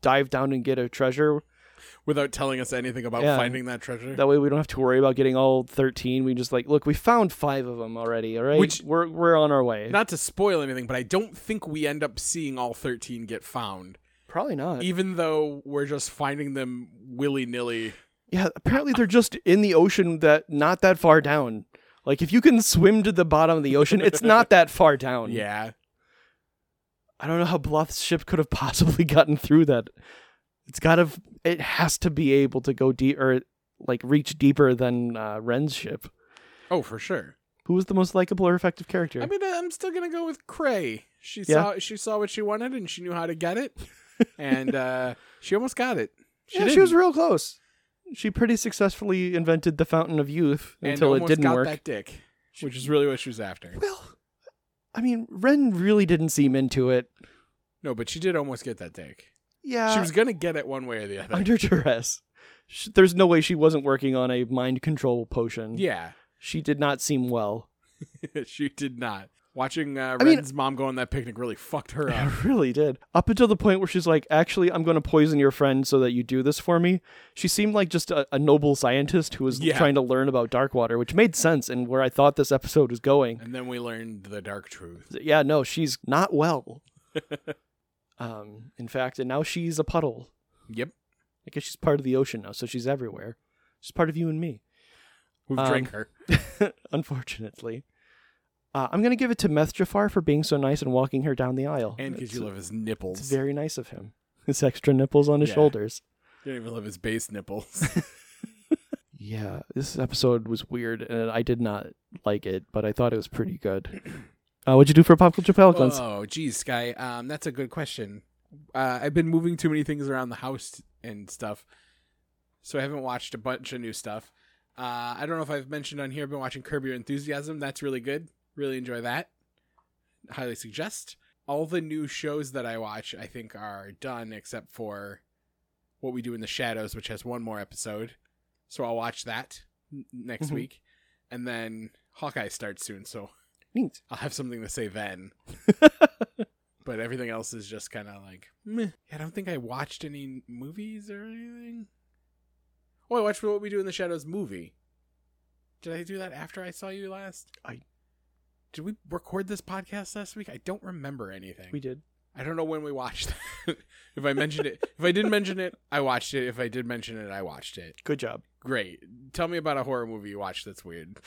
[SPEAKER 2] dive down and get a treasure
[SPEAKER 3] without telling us anything about
[SPEAKER 2] Yeah.
[SPEAKER 3] finding that treasure.
[SPEAKER 2] (laughs) That way we don't have to worry about getting all 13. We just like, look, we found five of them already, all right?
[SPEAKER 3] Which-
[SPEAKER 2] we're, we're on our way.
[SPEAKER 3] Not to spoil anything, but I don't think we end up seeing all 13 get found,
[SPEAKER 2] Probably not.
[SPEAKER 3] even though we're just finding them willy nilly.
[SPEAKER 2] yeah, apparently they're just in the ocean that not that far down. Like if you can swim to the bottom of the ocean, it's not that far down.
[SPEAKER 3] Yeah.
[SPEAKER 2] I don't know how Bluff's ship could have possibly (laughs) gotten through that. It's got to it has to be able to go deep or like reach deeper than uh, Ren's ship.
[SPEAKER 3] Oh, for sure.
[SPEAKER 2] Who was the most likable or effective character?
[SPEAKER 3] I mean, I'm still gonna go with Cray. She
[SPEAKER 2] Yeah.
[SPEAKER 3] saw she saw what she wanted and she knew how to get
[SPEAKER 2] (laughs)
[SPEAKER 3] it, and uh, she almost got it.
[SPEAKER 2] yeah, she
[SPEAKER 3] didn't.
[SPEAKER 2] was real close. She pretty successfully invented the fountain of youth
[SPEAKER 3] And
[SPEAKER 2] until it
[SPEAKER 3] almost
[SPEAKER 2] didn't
[SPEAKER 3] got
[SPEAKER 2] work.
[SPEAKER 3] That dick, which (laughs) is really what she was after.
[SPEAKER 2] Well, I mean, Ren really didn't seem into it.
[SPEAKER 3] No, but she did almost get that dick.
[SPEAKER 2] Yeah,
[SPEAKER 3] she was gonna get it one way or the other.
[SPEAKER 2] Uh, under duress. Sh there's no way she wasn't working on a mind control potion.
[SPEAKER 3] yeah, (laughs)
[SPEAKER 2] she did not seem well.
[SPEAKER 3] she did not. Watching uh,
[SPEAKER 2] I mean-
[SPEAKER 3] Ren's mom go on that picnic really fucked her uh, up.
[SPEAKER 2] It really did. Up until the point where she's like, "Actually, I'm going to poison your friend so that you do this for me." She seemed like just a, a noble scientist who was
[SPEAKER 3] Yeah.
[SPEAKER 2] trying to learn about Darkwater, which made sense and where I thought this episode was going.
[SPEAKER 3] And then we learned the dark truth.
[SPEAKER 2] yeah, no, she's
[SPEAKER 3] (laughs)
[SPEAKER 2] not well. um, in fact, and now she's a puddle.
[SPEAKER 3] Yep.
[SPEAKER 2] I guess she's part of the ocean now, so she's everywhere. She's part of you and me. (laughs)
[SPEAKER 3] We've
[SPEAKER 2] Um,
[SPEAKER 3] drank her.
[SPEAKER 2] unfortunately. Uh, I'm going to give it to Meth Jafar for being so nice and walking her down the aisle.
[SPEAKER 3] And because
[SPEAKER 2] It's-
[SPEAKER 3] you love his
[SPEAKER 2] It's
[SPEAKER 3] nipples.
[SPEAKER 2] very nice of him. His extra nipples on his
[SPEAKER 3] Yeah.
[SPEAKER 2] shoulders.
[SPEAKER 3] You don't even love his base nipples. (laughs)
[SPEAKER 2] Yeah, this episode was weird, and I did not like it, but I thought it was
[SPEAKER 3] (clears throat)
[SPEAKER 2] pretty good. Uh, what'd you do for Pop Culture Pelicans?
[SPEAKER 3] Oh, geez, Sky. Um, that's a good question. Uh, I've been moving too many things around the house and stuff, so I haven't watched a bunch of new stuff. Uh, I don't know if I've mentioned on here. I've been watching Curb Your Enthusiasm. That's really good. Really enjoy that. Highly suggest. All the new shows that I watch, I think, are done except for What We Do in the Shadows, which has one more episode. So I'll watch that n- next
[SPEAKER 2] Mhm.
[SPEAKER 3] week, and then Hawkeye starts soon. So
[SPEAKER 2] Neat.
[SPEAKER 3] I'll have something to say
[SPEAKER 2] (laughs)
[SPEAKER 3] then. but everything else is just kind of like, meh. I don't think I watched any movies or anything. Oh, I watched What We Do in the Shadows movie. Did I do that after I saw you last?
[SPEAKER 2] I-
[SPEAKER 3] did we record this podcast last week? I don't remember anything.
[SPEAKER 2] We did.
[SPEAKER 3] I don't know when we watched (laughs) that. if I mentioned it, if I didn't mention it, I watched it. If I did mention it, I watched it.
[SPEAKER 2] Good job.
[SPEAKER 3] Great. Tell me about a horror movie you watched that's weird.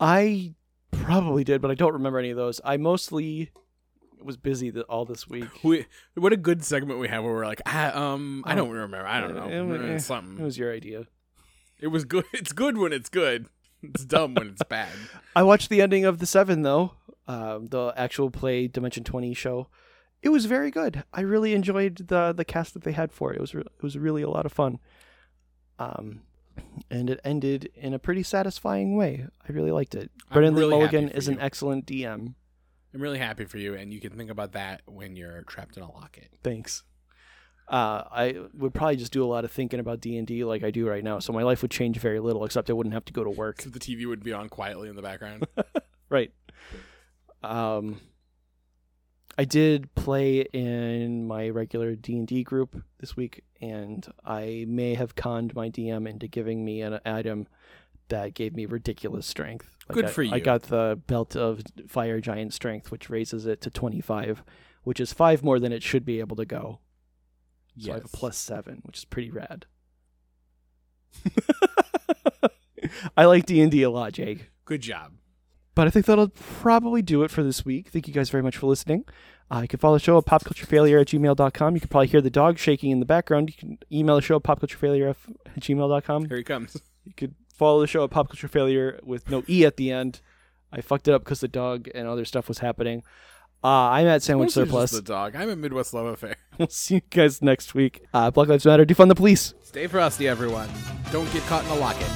[SPEAKER 2] I probably did, but I don't remember any of those. I mostly was busy th- all this week.
[SPEAKER 3] We, what a good segment we have where we're like, ah, um, I don't remember. I don't know.
[SPEAKER 2] It was-
[SPEAKER 3] Eh,
[SPEAKER 2] It
[SPEAKER 3] something.
[SPEAKER 2] was your idea.
[SPEAKER 3] It was good. (laughs) It's good when it's good. It's dumb when it's bad.
[SPEAKER 2] I watched the ending of the Seven though, um, the actual play Dimension Twenty show. It was very good. I really enjoyed the the cast that they had for it. It was re- it was really a lot of fun. Um, and it ended in a pretty satisfying way. I really liked it.
[SPEAKER 3] I'm
[SPEAKER 2] Brendan Lee
[SPEAKER 3] really happy
[SPEAKER 2] Mulligan
[SPEAKER 3] for
[SPEAKER 2] is an
[SPEAKER 3] you.
[SPEAKER 2] excellent DM.
[SPEAKER 3] I'm really happy for you, and you can think about that when you're trapped in a locket.
[SPEAKER 2] Thanks. Uh, I would probably just do a lot of thinking about D and D like I do right now, so my life would change very little, except I wouldn't have to go to
[SPEAKER 3] (laughs) (laughs)
[SPEAKER 2] work.
[SPEAKER 3] So the TV would be on quietly in the (laughs) background.
[SPEAKER 2] Right. Um, I did play in my regular D and D group this week, and I may have conned my DM into giving me an item that gave me ridiculous strength.
[SPEAKER 3] Good
[SPEAKER 2] I,
[SPEAKER 3] for
[SPEAKER 2] I
[SPEAKER 3] you.
[SPEAKER 2] got the belt of fire giant strength, which raises it to twenty five, which is five more than it should be able to go. So I have a plus seven, which is pretty rad. (laughs) I like D and D a lot, Jake.
[SPEAKER 3] Good job.
[SPEAKER 2] But I think that'll probably do it for this week. Thank you guys very much for listening. Uh, you can follow the show at popculturefailure at gmail.com. You can probably hear the dog shaking in the background. You can email the show at popculturefailure at gmail.com.
[SPEAKER 3] Here he comes.
[SPEAKER 2] You could follow the show at popculturefailure with no E at the end. I fucked it up because the dog and other stuff was happening. Uh, I'm at Sandwich
[SPEAKER 3] Mostly just
[SPEAKER 2] Surplus.
[SPEAKER 3] The dog. I'm a Midwest love affair.
[SPEAKER 2] (laughs) we'll see you guys next week. Uh, Black Lives Matter, defund the police.
[SPEAKER 3] Stay frosty, everyone. Don't get caught in a locket.